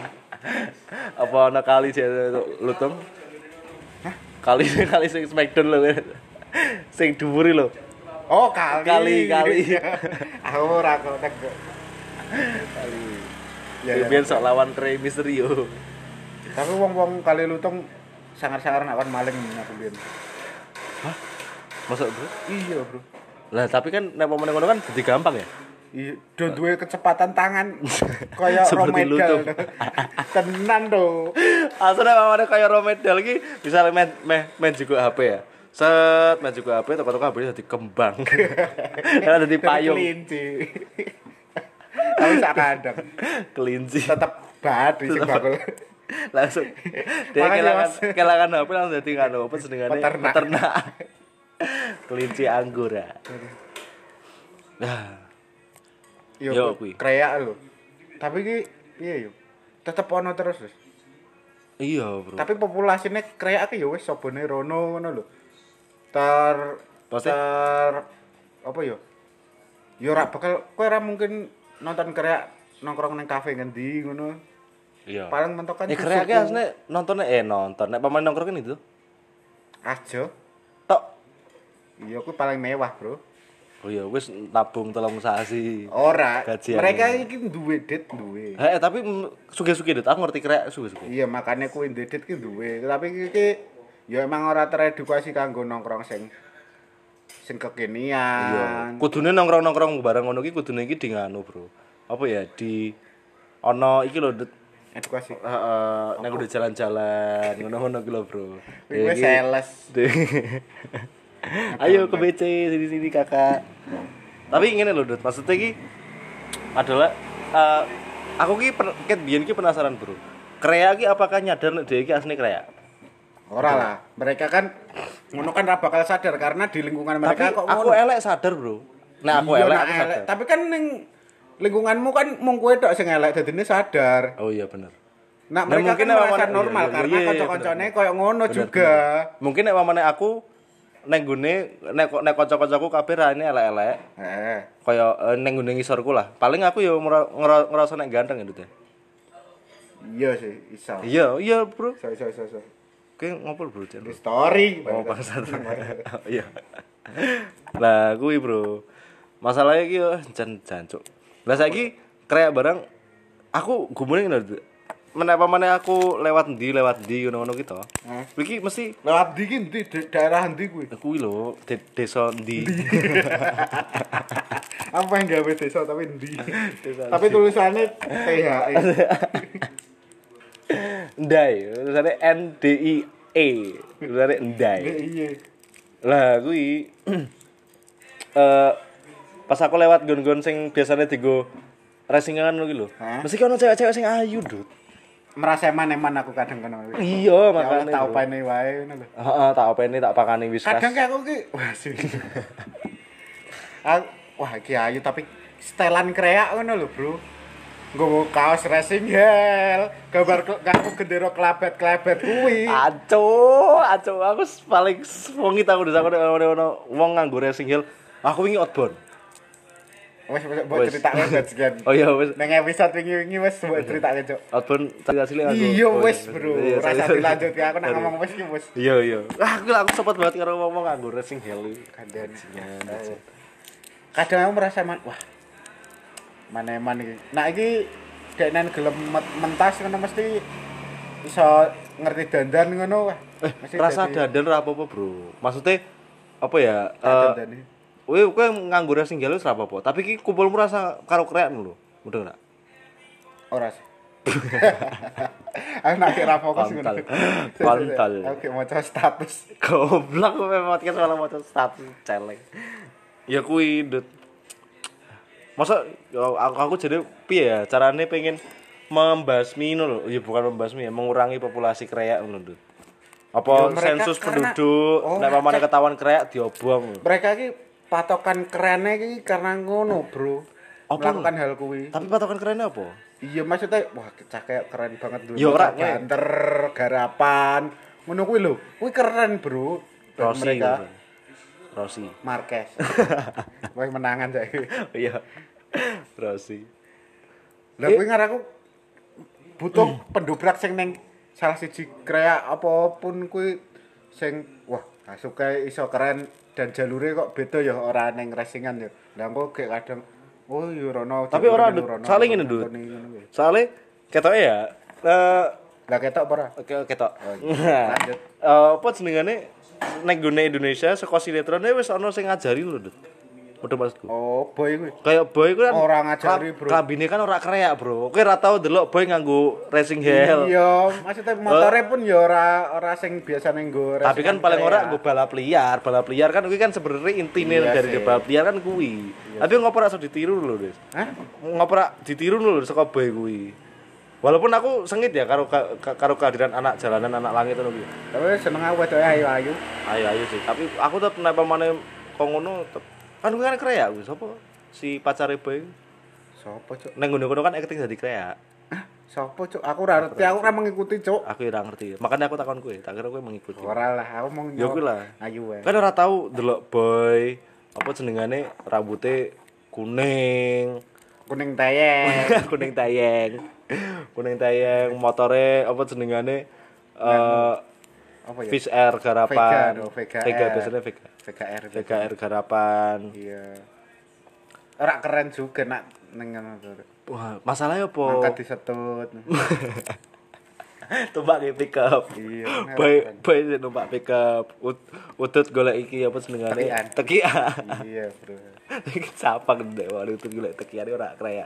Speaker 1: apa ana kali sih lutung? Kali kali sing Smackdown lho. Sing dhuwuri lho.
Speaker 2: Oh,
Speaker 1: Kali,
Speaker 2: kali.
Speaker 1: kali.
Speaker 2: Aku ora kok tek. Kali. Ya, ya.
Speaker 1: Biyen sok lawan Rey Mysterio.
Speaker 2: Tapi wong-wong Kali Lutung sangar-sangar nak kon maling aku biyen.
Speaker 1: Masuk bro?
Speaker 2: Iya, Bro.
Speaker 1: Lah tapi kan nek pemain ngono kan jadi gampang ya.
Speaker 2: Iya, do duwe kecepatan tangan kaya
Speaker 1: Seperti
Speaker 2: Romedal.
Speaker 1: lutung.
Speaker 2: Tenan do.
Speaker 1: Asalnya memang ada kayak Romedal lagi, misalnya main main, main juga HP ya. Set main juga HP, toko-toko HP jadi kembang. Karena jadi payung,
Speaker 2: Kelinci. Tapi sak kadang
Speaker 1: kelinci.
Speaker 2: tetep bat di sing
Speaker 1: Tetep.
Speaker 2: bakul.
Speaker 1: Langsung dia
Speaker 2: Makanya,
Speaker 1: kelangan
Speaker 2: Mas.
Speaker 1: kelangan HP langsung jadi ngono apa senengane
Speaker 2: Peternak.
Speaker 1: peternak. kelinci anggora. Nah, Yo,
Speaker 2: Yo
Speaker 1: kui.
Speaker 2: kreak lho. Tapi iki piye yo? Tetep ono terus. Lho.
Speaker 1: iya, Bro.
Speaker 2: Tapi populasine kreak ki yo wis sobone rono ngono lho. Ter
Speaker 1: Pasti.
Speaker 2: ter apa yo? Yo ora bakal kowe ora mungkin nonton kreak nongkrong nang kafe ngendi ngono.
Speaker 1: Iya.
Speaker 2: Paling mentok kan
Speaker 1: Eh
Speaker 2: di
Speaker 1: keren
Speaker 2: suku.
Speaker 1: ya aslinya nontonnya eh nonton. Nek pemain nongkrong itu
Speaker 2: Aja.
Speaker 1: tok.
Speaker 2: Iya, aku paling mewah, Bro.
Speaker 1: Oh iya, wis tabung tolong sasi.
Speaker 2: Ora.
Speaker 1: Gajian.
Speaker 2: Mereka iki duwe dit duwe.
Speaker 1: Eh, tapi suge-suge dit, aku ngerti krek suge-suge.
Speaker 2: Iya, makanya kuwi duwe dit ki duwe. Tapi iki ya emang ora teredukasi kanggo nongkrong sing sing kekinian.
Speaker 1: Kudune nongkrong-nongkrong bareng ngono ki kudune iki di nganu, Bro. Apa ya di ono iki lho Dit.
Speaker 2: Edukasi.
Speaker 1: Heeh, nek udah jalan-jalan ngono-ngono ki lho, Bro.
Speaker 2: Kuwi
Speaker 1: Ya,
Speaker 2: wis
Speaker 1: iki-
Speaker 2: sales.
Speaker 1: Ayo ke BC sini-sini Kakak. Tapi ngene lho, Dit. Maksudnya ki adalah eh, aku ki pen- ket biyen ki penasaran, Bro. Krea ki apakah nyadar nek dhek iki asli krea?
Speaker 2: Ora lah. Mereka kan ngono kan ora bakal sadar karena di lingkungan
Speaker 1: Tapi
Speaker 2: mereka kok
Speaker 1: aku
Speaker 2: ngono.
Speaker 1: elek sadar, Bro. Nah, aku
Speaker 2: Iya,
Speaker 1: elek
Speaker 2: nak
Speaker 1: aku
Speaker 2: elek.
Speaker 1: sadar.
Speaker 2: Tapi kan ning lingkunganmu kan mung kowe tok sing elek dadine sadar.
Speaker 1: Oh iya bener.
Speaker 2: Nah,
Speaker 1: Nah,
Speaker 2: mereka
Speaker 1: mungkin
Speaker 2: kan
Speaker 1: awalnya-
Speaker 2: merasa
Speaker 1: iya,
Speaker 2: normal
Speaker 1: iya,
Speaker 2: karena
Speaker 1: iya,
Speaker 2: kanca-kancane koyo ngono
Speaker 1: Bener,
Speaker 2: juga.
Speaker 1: bener. Mungkin nek mamane aku neng gune nek nek kanca-kancaku kabeh rane elek-elek
Speaker 2: Heeh.
Speaker 1: kaya eh, neng gune ngisorku lah. Paling aku ya ngera- ngera- ngerasa nek ganteng gitu teh.
Speaker 2: Iya sih, iso.
Speaker 1: Iya, iya, Bro.
Speaker 2: Iso iso iso iso.
Speaker 1: Oke, ngobrol, Bro. Jan.
Speaker 2: Di story.
Speaker 1: Oh, bangsat. Iya. Lah, kuwi, Bro. Masalahnya iki yo jan jancuk. Lah saiki krek barang aku gumune lho. Dek. Menapa meneh aku lewat ndi lewat ndi ngono-ngono gitu.
Speaker 2: Hah?
Speaker 1: Iki mesti
Speaker 2: Lewat di ki ndi Di daerah ndi kuwi?
Speaker 1: kuwi lho de- desa ndi.
Speaker 2: Apa yang gawe desa tapi ndi? tapi tulisannya E. THE.
Speaker 1: Ndai, tulisannya N D I E. Tulisannya Ndai.
Speaker 2: Iya, Iya.
Speaker 1: Lah kuwi eh pas aku lewat gon-gon sing biasanya digo racingan lho iki lho.
Speaker 2: Hah?
Speaker 1: Mesti kono cewek-cewek sing ayu, Dut.
Speaker 2: Merasa eman-eman aku kadang kena.
Speaker 1: Iya,
Speaker 2: Ya Allah
Speaker 1: makane. Tau
Speaker 2: tau paine wae ngono lho.
Speaker 1: Heeh, tak openi, tak pakani whiskas.
Speaker 2: Kadang kayak aku ki wah sih. Aku- wah ki ayu tapi setelan kreak ngono lho, Bro. Nggo kaos racing hell, gambar ke- aku gendera klabet-klabet kuwi.
Speaker 1: Aco, aco aku s- paling wongi aku desa kono ono wong nganggo racing heel. Aku wingi outbound.
Speaker 2: Wes wes mbok
Speaker 1: Wes.
Speaker 2: critakne wes sekian.
Speaker 1: Oh iya wes
Speaker 2: Nang episode wingi-wingi wes mbok critakne, Cuk.
Speaker 1: outbound cerita cilik aku.
Speaker 2: Iya
Speaker 1: Oh,
Speaker 2: wes, Bro.
Speaker 1: Iya,
Speaker 2: Ora usah
Speaker 1: sorry.
Speaker 2: dilanjut ya, aku nak
Speaker 1: Sorry.
Speaker 2: ngomong wes ki wes.
Speaker 1: Iya iya. Ah, aku aku sempat banget karo ngomong nganggo racing heel.
Speaker 2: Kadang kadang aku merasa man, wah. maneman iki. Nah iki deknen gelem met- mentas ngono mesti iso ngerti dandan ngono wah.
Speaker 1: Eh,
Speaker 2: Mesti
Speaker 1: rasa
Speaker 2: jadi-
Speaker 1: dandan ra apa-apa, Bro. Maksudnya apa ya?
Speaker 2: Dandan
Speaker 1: Eh,
Speaker 2: ini.
Speaker 1: kowe kowe nganggur singgalo ra apa-apa, tapi ki kumpulmu rasa karo kreakmu lho. Mudeng ra?
Speaker 2: ora sih. Oh, Aku nak kira fokus ngono.
Speaker 1: Kontol. Kontol.
Speaker 2: Oke, maca status.
Speaker 1: Goblok kowe podcast malah mau status celeng. Ya kuwi, Dut. Masa ya, aku, aku jadi piye ya carane pengen membasmi ngono lho. Ya bukan membasmi ya, mengurangi populasi kreak ngono, Dut.
Speaker 2: Ya,
Speaker 1: Apa
Speaker 2: mereka
Speaker 1: sensus
Speaker 2: karena-
Speaker 1: penduduk,
Speaker 2: Oh,
Speaker 1: nek pamane ketahuan kreak diobong.
Speaker 2: Mereka iki patokan kerennya iki karena ngono, Bro.
Speaker 1: Apa?
Speaker 2: Melakukan hal kuwi.
Speaker 1: Tapi patokan kerennya apa?
Speaker 2: Iya maksudnya wah cah kayak keren banget dulu.
Speaker 1: Ya, ora, kowe.
Speaker 2: banter, garapan. Ngono kuwi lho. Kuwi keren, Bro. Buat
Speaker 1: Rossi.
Speaker 2: mereka
Speaker 1: kan. Rossi.
Speaker 2: Marquez. Wah menangan saiki.
Speaker 1: Iya. Rossi.
Speaker 2: Lah kuwi ngaraku butuh pendobrak sing neng salah siji kreak apapun kuwi sing wah masuk kae iso keren dan jalure kok beda ya ora neng racingan ya. Lah engko kayak kadang oh yo rono.
Speaker 1: Tapi
Speaker 2: jalure
Speaker 1: ora
Speaker 2: melu
Speaker 1: Dut.
Speaker 2: rono,
Speaker 1: saling
Speaker 2: rono
Speaker 1: ngene Dut.
Speaker 2: rono, ngono kuwi.
Speaker 1: Soale ketoke ya eh
Speaker 2: Lah ketok apa ora?
Speaker 1: oke oke tok.
Speaker 2: iya. Lanjut.
Speaker 1: Eh, apa jenengane nek gone Indonesia saka sinetrone wis ana sing ngajari lho Dut. Padha maksudku.
Speaker 2: Oh, boy kuwi.
Speaker 1: Kayak boy ku kan
Speaker 2: Ora ngajari,
Speaker 1: kla-
Speaker 2: Bro.
Speaker 1: Klambine kan ora kreak, Bro. Kowe ora tau delok boy nganggo racing hell.
Speaker 2: Iya, maksudnya motornya pun ya ora ora sing biasa ning
Speaker 1: Oh.
Speaker 2: nggo.
Speaker 1: Tapi kan
Speaker 2: racingan
Speaker 1: paling ora
Speaker 2: kreak.
Speaker 1: nggo balap liar, balap liar kan kuwi kan sebenarnya intine
Speaker 2: Iya
Speaker 1: dari
Speaker 2: sih.
Speaker 1: balap liar kan kuwi. Tapi ngopo ora iso ditiru lho, Des.
Speaker 2: Hah?
Speaker 1: ngoprak ditiru lho saka boy kuwi. Walaupun aku sengit ya karo ka- ka- karo kehadiran anak jalanan anak langit ngono kuwi.
Speaker 2: Tapi seneng aku wedoke ayu-ayu.
Speaker 1: Ayo ayo sih, tapi aku tetep nek pamane kok ngono tetep kan kuwi kan kreak kuwi sapa si pacare boy kuwi.
Speaker 2: Sopo, Cuk?
Speaker 1: nek ngono-ngono kan acting jadi kreak.
Speaker 2: Sopo, Cuk? Aku ora ngerti, aku ora mengikuti, Cuk.
Speaker 1: Aku ora ngerti. Makanya aku takon kowe, tak kira kowe mengikuti.
Speaker 2: Ora lah, aku mau
Speaker 1: Ya kuwi
Speaker 2: nyolok
Speaker 1: lah.
Speaker 2: Ayu wae.
Speaker 1: Kan ora tau delok boy apa jenengane rambutnya kuning.
Speaker 2: Kuning tayeng.
Speaker 1: kuning tayeng. kuning tayeng, motore apa jenengane eh
Speaker 2: Apa ya?
Speaker 1: Fish Air Garapan.
Speaker 2: Vega, no, Vega
Speaker 1: Vega,
Speaker 2: Air.
Speaker 1: biasanya Vega.
Speaker 2: VKR.
Speaker 1: Vega Air Garapan.
Speaker 2: Iya. Ora keren juga nak ning ngono, Cuk.
Speaker 1: Wah, masalahnya apa?
Speaker 2: Mangkat disetut.
Speaker 1: Tumpak ke pick up.
Speaker 2: Iya,
Speaker 1: Boy, boy sih numpak pick up. Ud- Udut golek iki apa senengane?
Speaker 2: Tekian.
Speaker 1: Tekian.
Speaker 2: Iya, Bro.
Speaker 1: Sapa gede waduh udut golek tekian ora kreak.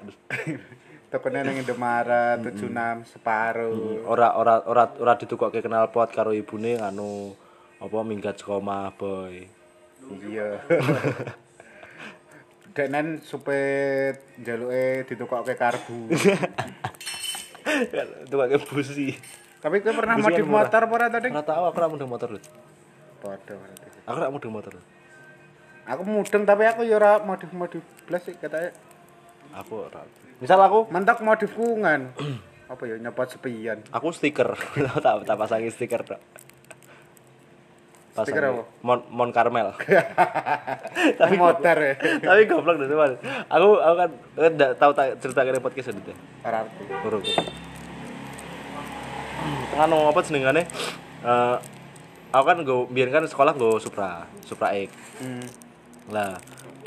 Speaker 2: Tokonya ning Indomaret 76 separuh.
Speaker 1: Ora ora ora ora ditukokke knalpot karo ibune nganu apa minggat saka omah boy.
Speaker 2: Iya. Denen supet jaluke ditukokke karbu.
Speaker 1: Tukokke busi.
Speaker 2: Tapi kowe pernah
Speaker 1: Busi kan
Speaker 2: modif
Speaker 1: murah.
Speaker 2: motor apa ora tadi?
Speaker 1: Ora tau aku ora mudeng motor. Dut.
Speaker 2: Padha berarti.
Speaker 1: Aku ora mudeng motor. Dut.
Speaker 2: Aku mudeng tapi aku ya ora modif-modif blas sih katanya.
Speaker 1: Aku ora. Misal aku
Speaker 2: Mentok modifku kan. apa ya nyepot sepian.
Speaker 1: aku stiker tak tak pasangi stiker tok
Speaker 2: Stiker apa?
Speaker 1: mon mon Carmel
Speaker 2: Tapi motor ya.
Speaker 1: tapi goblok deh teman aku aku kan enggak tahu tak cerita kira podcast itu deh
Speaker 2: Ora arti.
Speaker 1: buruk nganu Hmm, anu, apa jenengane Eh aku kan go biar kan sekolah go Supra Supra X
Speaker 2: Hmm.
Speaker 1: lah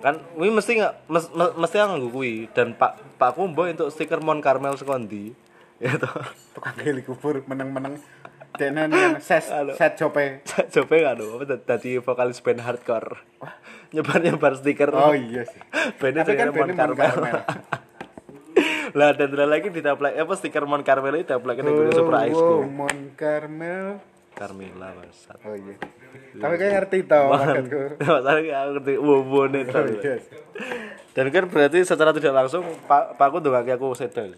Speaker 1: kan wi mesti nggak mes, me- mesti nganggo kuwi dan Pak Pak Kumbo untuk stiker Mon Carmel sekondi ya toh
Speaker 2: Tukang gali kubur meneng-meneng. Denen yang ses
Speaker 1: Halo.
Speaker 2: set jope.
Speaker 1: coba nggak dong apa d- dadi vokalis band hardcore nyebar nyebar stiker
Speaker 2: Oh iya sih.
Speaker 1: bandnya
Speaker 2: Tapi kan
Speaker 1: dengan Mon
Speaker 2: bandnya Mon
Speaker 1: Carmel
Speaker 2: Carmel.
Speaker 1: lah dan ada lagi di taplak apa stiker Mon Carmel itu taplak ini gue super ice
Speaker 2: Oh, wow,
Speaker 1: cream
Speaker 2: Mon Carmel.
Speaker 1: Carmela bangsat
Speaker 2: Oh iya. Tapi kayak ngerti tau maksudku.
Speaker 1: masalahnya aku ngerti wobone
Speaker 2: Oh iya.
Speaker 1: itu dan kan berarti secara tidak langsung pak pak aku tuh aku sedang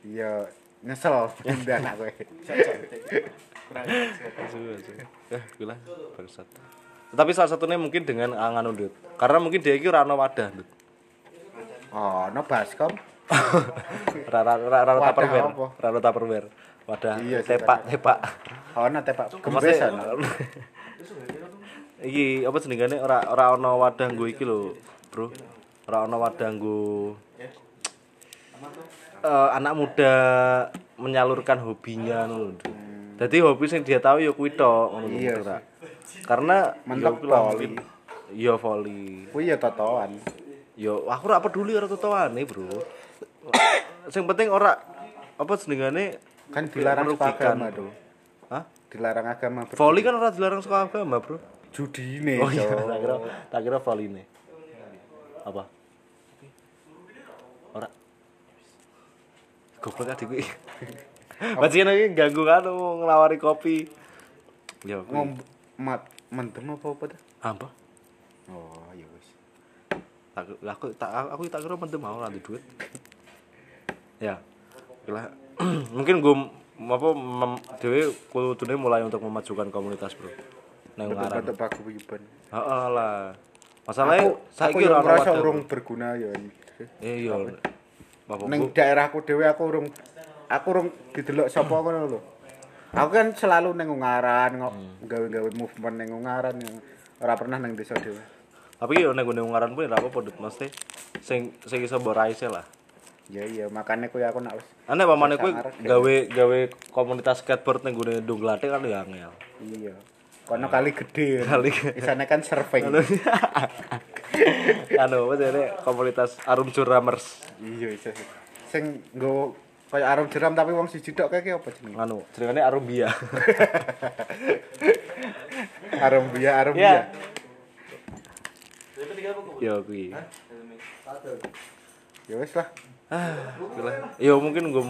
Speaker 2: Iya, nyesel pindah anak kowe.
Speaker 1: eh gila bangsat tapi salah satunya mungkin dengan angan undut karena mungkin dia itu rano wadah Dut.
Speaker 2: Oh, no baskom.
Speaker 1: rara rara rara
Speaker 2: Wadah
Speaker 1: tupperware
Speaker 2: apa?
Speaker 1: rara tupperware wadah
Speaker 2: Iya sih,
Speaker 1: tepak tepak
Speaker 2: Oh, no tepak gembes
Speaker 1: Maksudnya-
Speaker 2: ana.
Speaker 1: iki apa jenengane ora ora ana wadah nggo iki lho bro ora ana wadah nggo Eh, anak muda menyalurkan hobinya ngono lho. Jadi hobi sing dia tahu ya kuwi tok ngono lho,
Speaker 2: Iya
Speaker 1: Bro, Ra. Karena
Speaker 2: Mentok
Speaker 1: ya kuwi lah
Speaker 2: volley.
Speaker 1: mungkin- Iya volley.
Speaker 2: Kuwi ya totoan.
Speaker 1: yo aku ora peduli ora tutuane, Bro. Sing penting ora apa jenengane
Speaker 2: Kan dilarang sekolah
Speaker 1: merugikan.
Speaker 2: agama tuh.
Speaker 1: Hah?
Speaker 2: Dilarang agama bro.
Speaker 1: Volley kan ora dilarang sekolah agama, Bro.
Speaker 2: Judi ini.
Speaker 1: Oh iya,
Speaker 2: Cok.
Speaker 1: tak kira tak kira volley Apa? Ora. Goblok adik kuwi. Bajingan iki ganggu kan ngelawari kopi. Ya, kuwi.
Speaker 2: Ngom mat mendem apa apa dah?
Speaker 1: apa?
Speaker 2: Oh, ya wis.
Speaker 1: Tak lah, aku tak aku tak kira penting mau nanti duit. Ya. Lah mungkin gue apa mem- dhewe kudune mulai untuk memajukan komunitas, Bro. Nang ngaran.
Speaker 2: Bentuk paguyuban.
Speaker 1: Heeh lah. Masalahnya
Speaker 2: Aku
Speaker 1: saiki
Speaker 2: yo
Speaker 1: ora
Speaker 2: ngerasa
Speaker 1: ono wadah.
Speaker 2: urung berguna ya.
Speaker 1: Eh iya. Mabuk.
Speaker 2: Ning daerahku dhewe aku urung aku urung didelok sapa ngono lho. Aku kan selalu ning Ungaran, ngok
Speaker 1: Hmm.
Speaker 2: gawe-gawe movement ning Ungaran. ya. Ora pernah ning desa dhewe.
Speaker 1: Tapi iya, yo nek gue ngaran pun ora apa-apa Dut. Mesti sing sing iso mbok raise lah.
Speaker 2: Ya iya, makane kuwi aku nak wis.
Speaker 1: Aneh pamane kowe
Speaker 2: Sangar kayak-
Speaker 1: gawe gawe komunitas skateboard ning gone Dongglatik kan ya angel.
Speaker 2: Iya. Kono kali gede.
Speaker 1: Kali.
Speaker 2: Isane kan surfing.
Speaker 1: anu apa jare komunitas Arum Curamers
Speaker 2: Iya, iya. Sing nggo kaya arum jeram tapi wong siji tok kae ki apa jenenge?
Speaker 1: anu jenengane Arumbia
Speaker 2: Arum biya, arum
Speaker 1: Iya.
Speaker 2: biya.
Speaker 1: yo kuwi
Speaker 2: Ya wis lah.
Speaker 1: ah kuwi lah. yo mungkin gue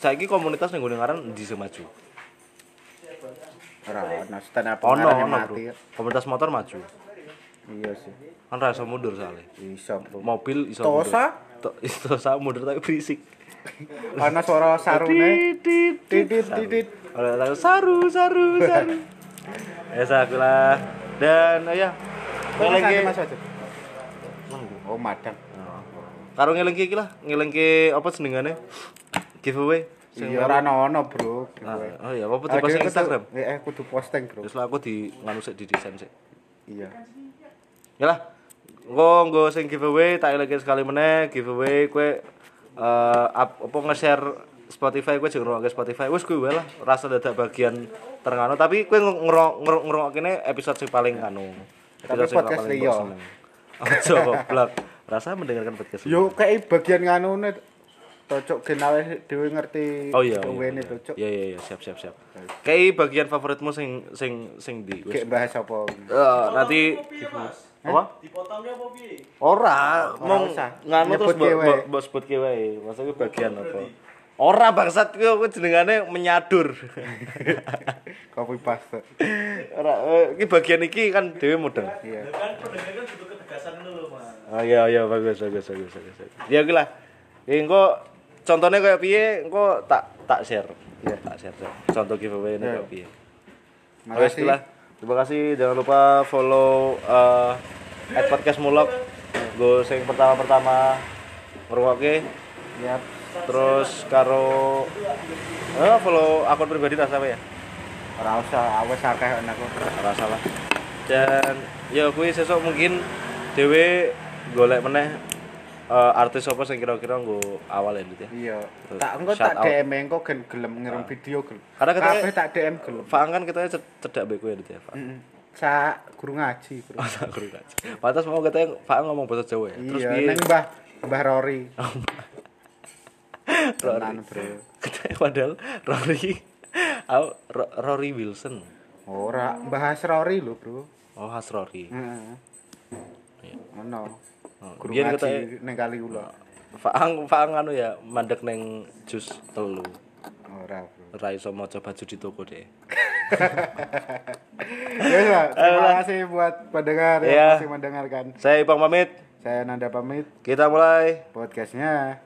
Speaker 1: saiki komunitas ning gone ngaran di semaju
Speaker 2: Ora ono stand up
Speaker 1: ono ono
Speaker 2: pengarangnya
Speaker 1: bro
Speaker 2: mati. ya.
Speaker 1: komunitas motor maju
Speaker 2: Iya sih.
Speaker 1: kan ra iso mundur soalnya
Speaker 2: Iso, Bro.
Speaker 1: mobil iso
Speaker 2: Tosa?
Speaker 1: mundur. To- Tosa mundur tapi berisik
Speaker 2: Ono suara sarune.
Speaker 1: Tit, tit, tit.
Speaker 2: Titit titit.
Speaker 1: Oleh lagu saru saru saru. ya sakulah dan ya
Speaker 2: Kok
Speaker 1: ngelengke
Speaker 2: Mas Wajib? Oh, madang.
Speaker 1: karo ngelengke iki lah ngelengke apa senengane giveaway Sing-
Speaker 2: Iya ora ono ono, Bro.
Speaker 1: Ah, oh iya apa
Speaker 2: Ah,
Speaker 1: di
Speaker 2: dia
Speaker 1: posting
Speaker 2: kudu-
Speaker 1: Instagram
Speaker 2: Eh, kudu posting, Bro.
Speaker 1: terus lah aku di nganu sik di desain sik
Speaker 2: Iya.
Speaker 1: ya lah nggo nggo sing giveaway tak elengi sekali meneh giveaway kue eh up, apa nge-share Spotify kue juga ngerokok Spotify wes kue lah rasa dadak bagian terngano tapi kue ngerok ngerok ngerok episode sing paling anu
Speaker 2: Tapi
Speaker 1: episode sing
Speaker 2: podcast
Speaker 1: paling
Speaker 2: liya.
Speaker 1: mbok seneng. ojo goblok rasa mendengarkan podcast liya.
Speaker 2: Yo kayak bagian nganune tocok genawe dhewe ngerti
Speaker 1: oh iya iya,
Speaker 2: wene
Speaker 1: iya
Speaker 2: tocok.
Speaker 1: iya iya iya, siap siap siap kayak bagian favoritmu sing sing sing di wes.
Speaker 2: Kayak bahas apa.
Speaker 1: Eh, nanti apa
Speaker 4: Dipotongnya apa piye?
Speaker 1: Ora, mong
Speaker 2: usah.
Speaker 1: nganu terus
Speaker 2: Nyebut
Speaker 1: mbok
Speaker 2: kewe.
Speaker 1: mbok- mbok sebut kewe. Maksudku bagian apa? Ora bangsat kuwi aku jenengane menyadur.
Speaker 2: Copy
Speaker 1: Oh,
Speaker 2: paste.
Speaker 1: Ora eh, iki bagian iki kan dhewe mudeng.
Speaker 4: Ya kan pendengar kan butuh ketegasan dulu, Mas.
Speaker 1: Oh iya iya bagus bagus bagus bagus. Ya oke lah. Ya engko contohnya kayak piye engko tak tak share. Iya, tak share. share. Contoh giveaway ini kayak piye. Wes
Speaker 2: Makasih.
Speaker 1: lah. Terima kasih. Jangan lupa follow eh at podcast mulok. Go sing pertama-pertama ngrungokke.
Speaker 2: Yap.
Speaker 1: terus karo eh follow akun pribadi tak sampai ya
Speaker 2: Ora usah awas akeh ana kok.
Speaker 1: ora salah dan ya kuwi sesuk mungkin dhewe golek meneh eh, artis apa sing kira-kira nggo awal ya Dit, ya
Speaker 2: Iya.
Speaker 1: Terus
Speaker 2: Tak engko
Speaker 1: shout
Speaker 2: tak
Speaker 1: out. Ah.
Speaker 2: DM engko gen gelem ngirim video gelem.
Speaker 1: Karena katanya-
Speaker 2: Kabeh tak DM gelem.
Speaker 1: Faang kan kita cedak mbek kowe ya Dit, ya Faang
Speaker 2: Mm-mm. Cak guru ngaji, Bro.
Speaker 1: Oh, tak guru ngaji. Pantas mau katanya Faang ngomong bahasa Jawa ya. Terus
Speaker 2: Iya,
Speaker 1: piye? Oh,
Speaker 2: neng Mbah Mbah Rory.
Speaker 1: Rory.
Speaker 2: Tenan, Bro.
Speaker 1: Katanya padahal Rory Aku- Ro- Rory Wilson.
Speaker 2: Ora bahas Rory lho, Bro.
Speaker 1: Oh, khas Rory.
Speaker 2: Heeh. Ono. Guru
Speaker 1: Oh, Biyen
Speaker 2: ngaji neng kali kula.
Speaker 1: Faang Faang anu ya mandek neng jus telu.
Speaker 2: Ora, Bro.
Speaker 1: Ora iso maca baju di toko deh.
Speaker 2: Ya, Pak. terima kasih buat pendengar
Speaker 1: Iya.
Speaker 2: yang masih mendengarkan.
Speaker 1: Saya Ipang pamit.
Speaker 2: Saya Nanda pamit
Speaker 1: Kita mulai.
Speaker 2: podcastnya.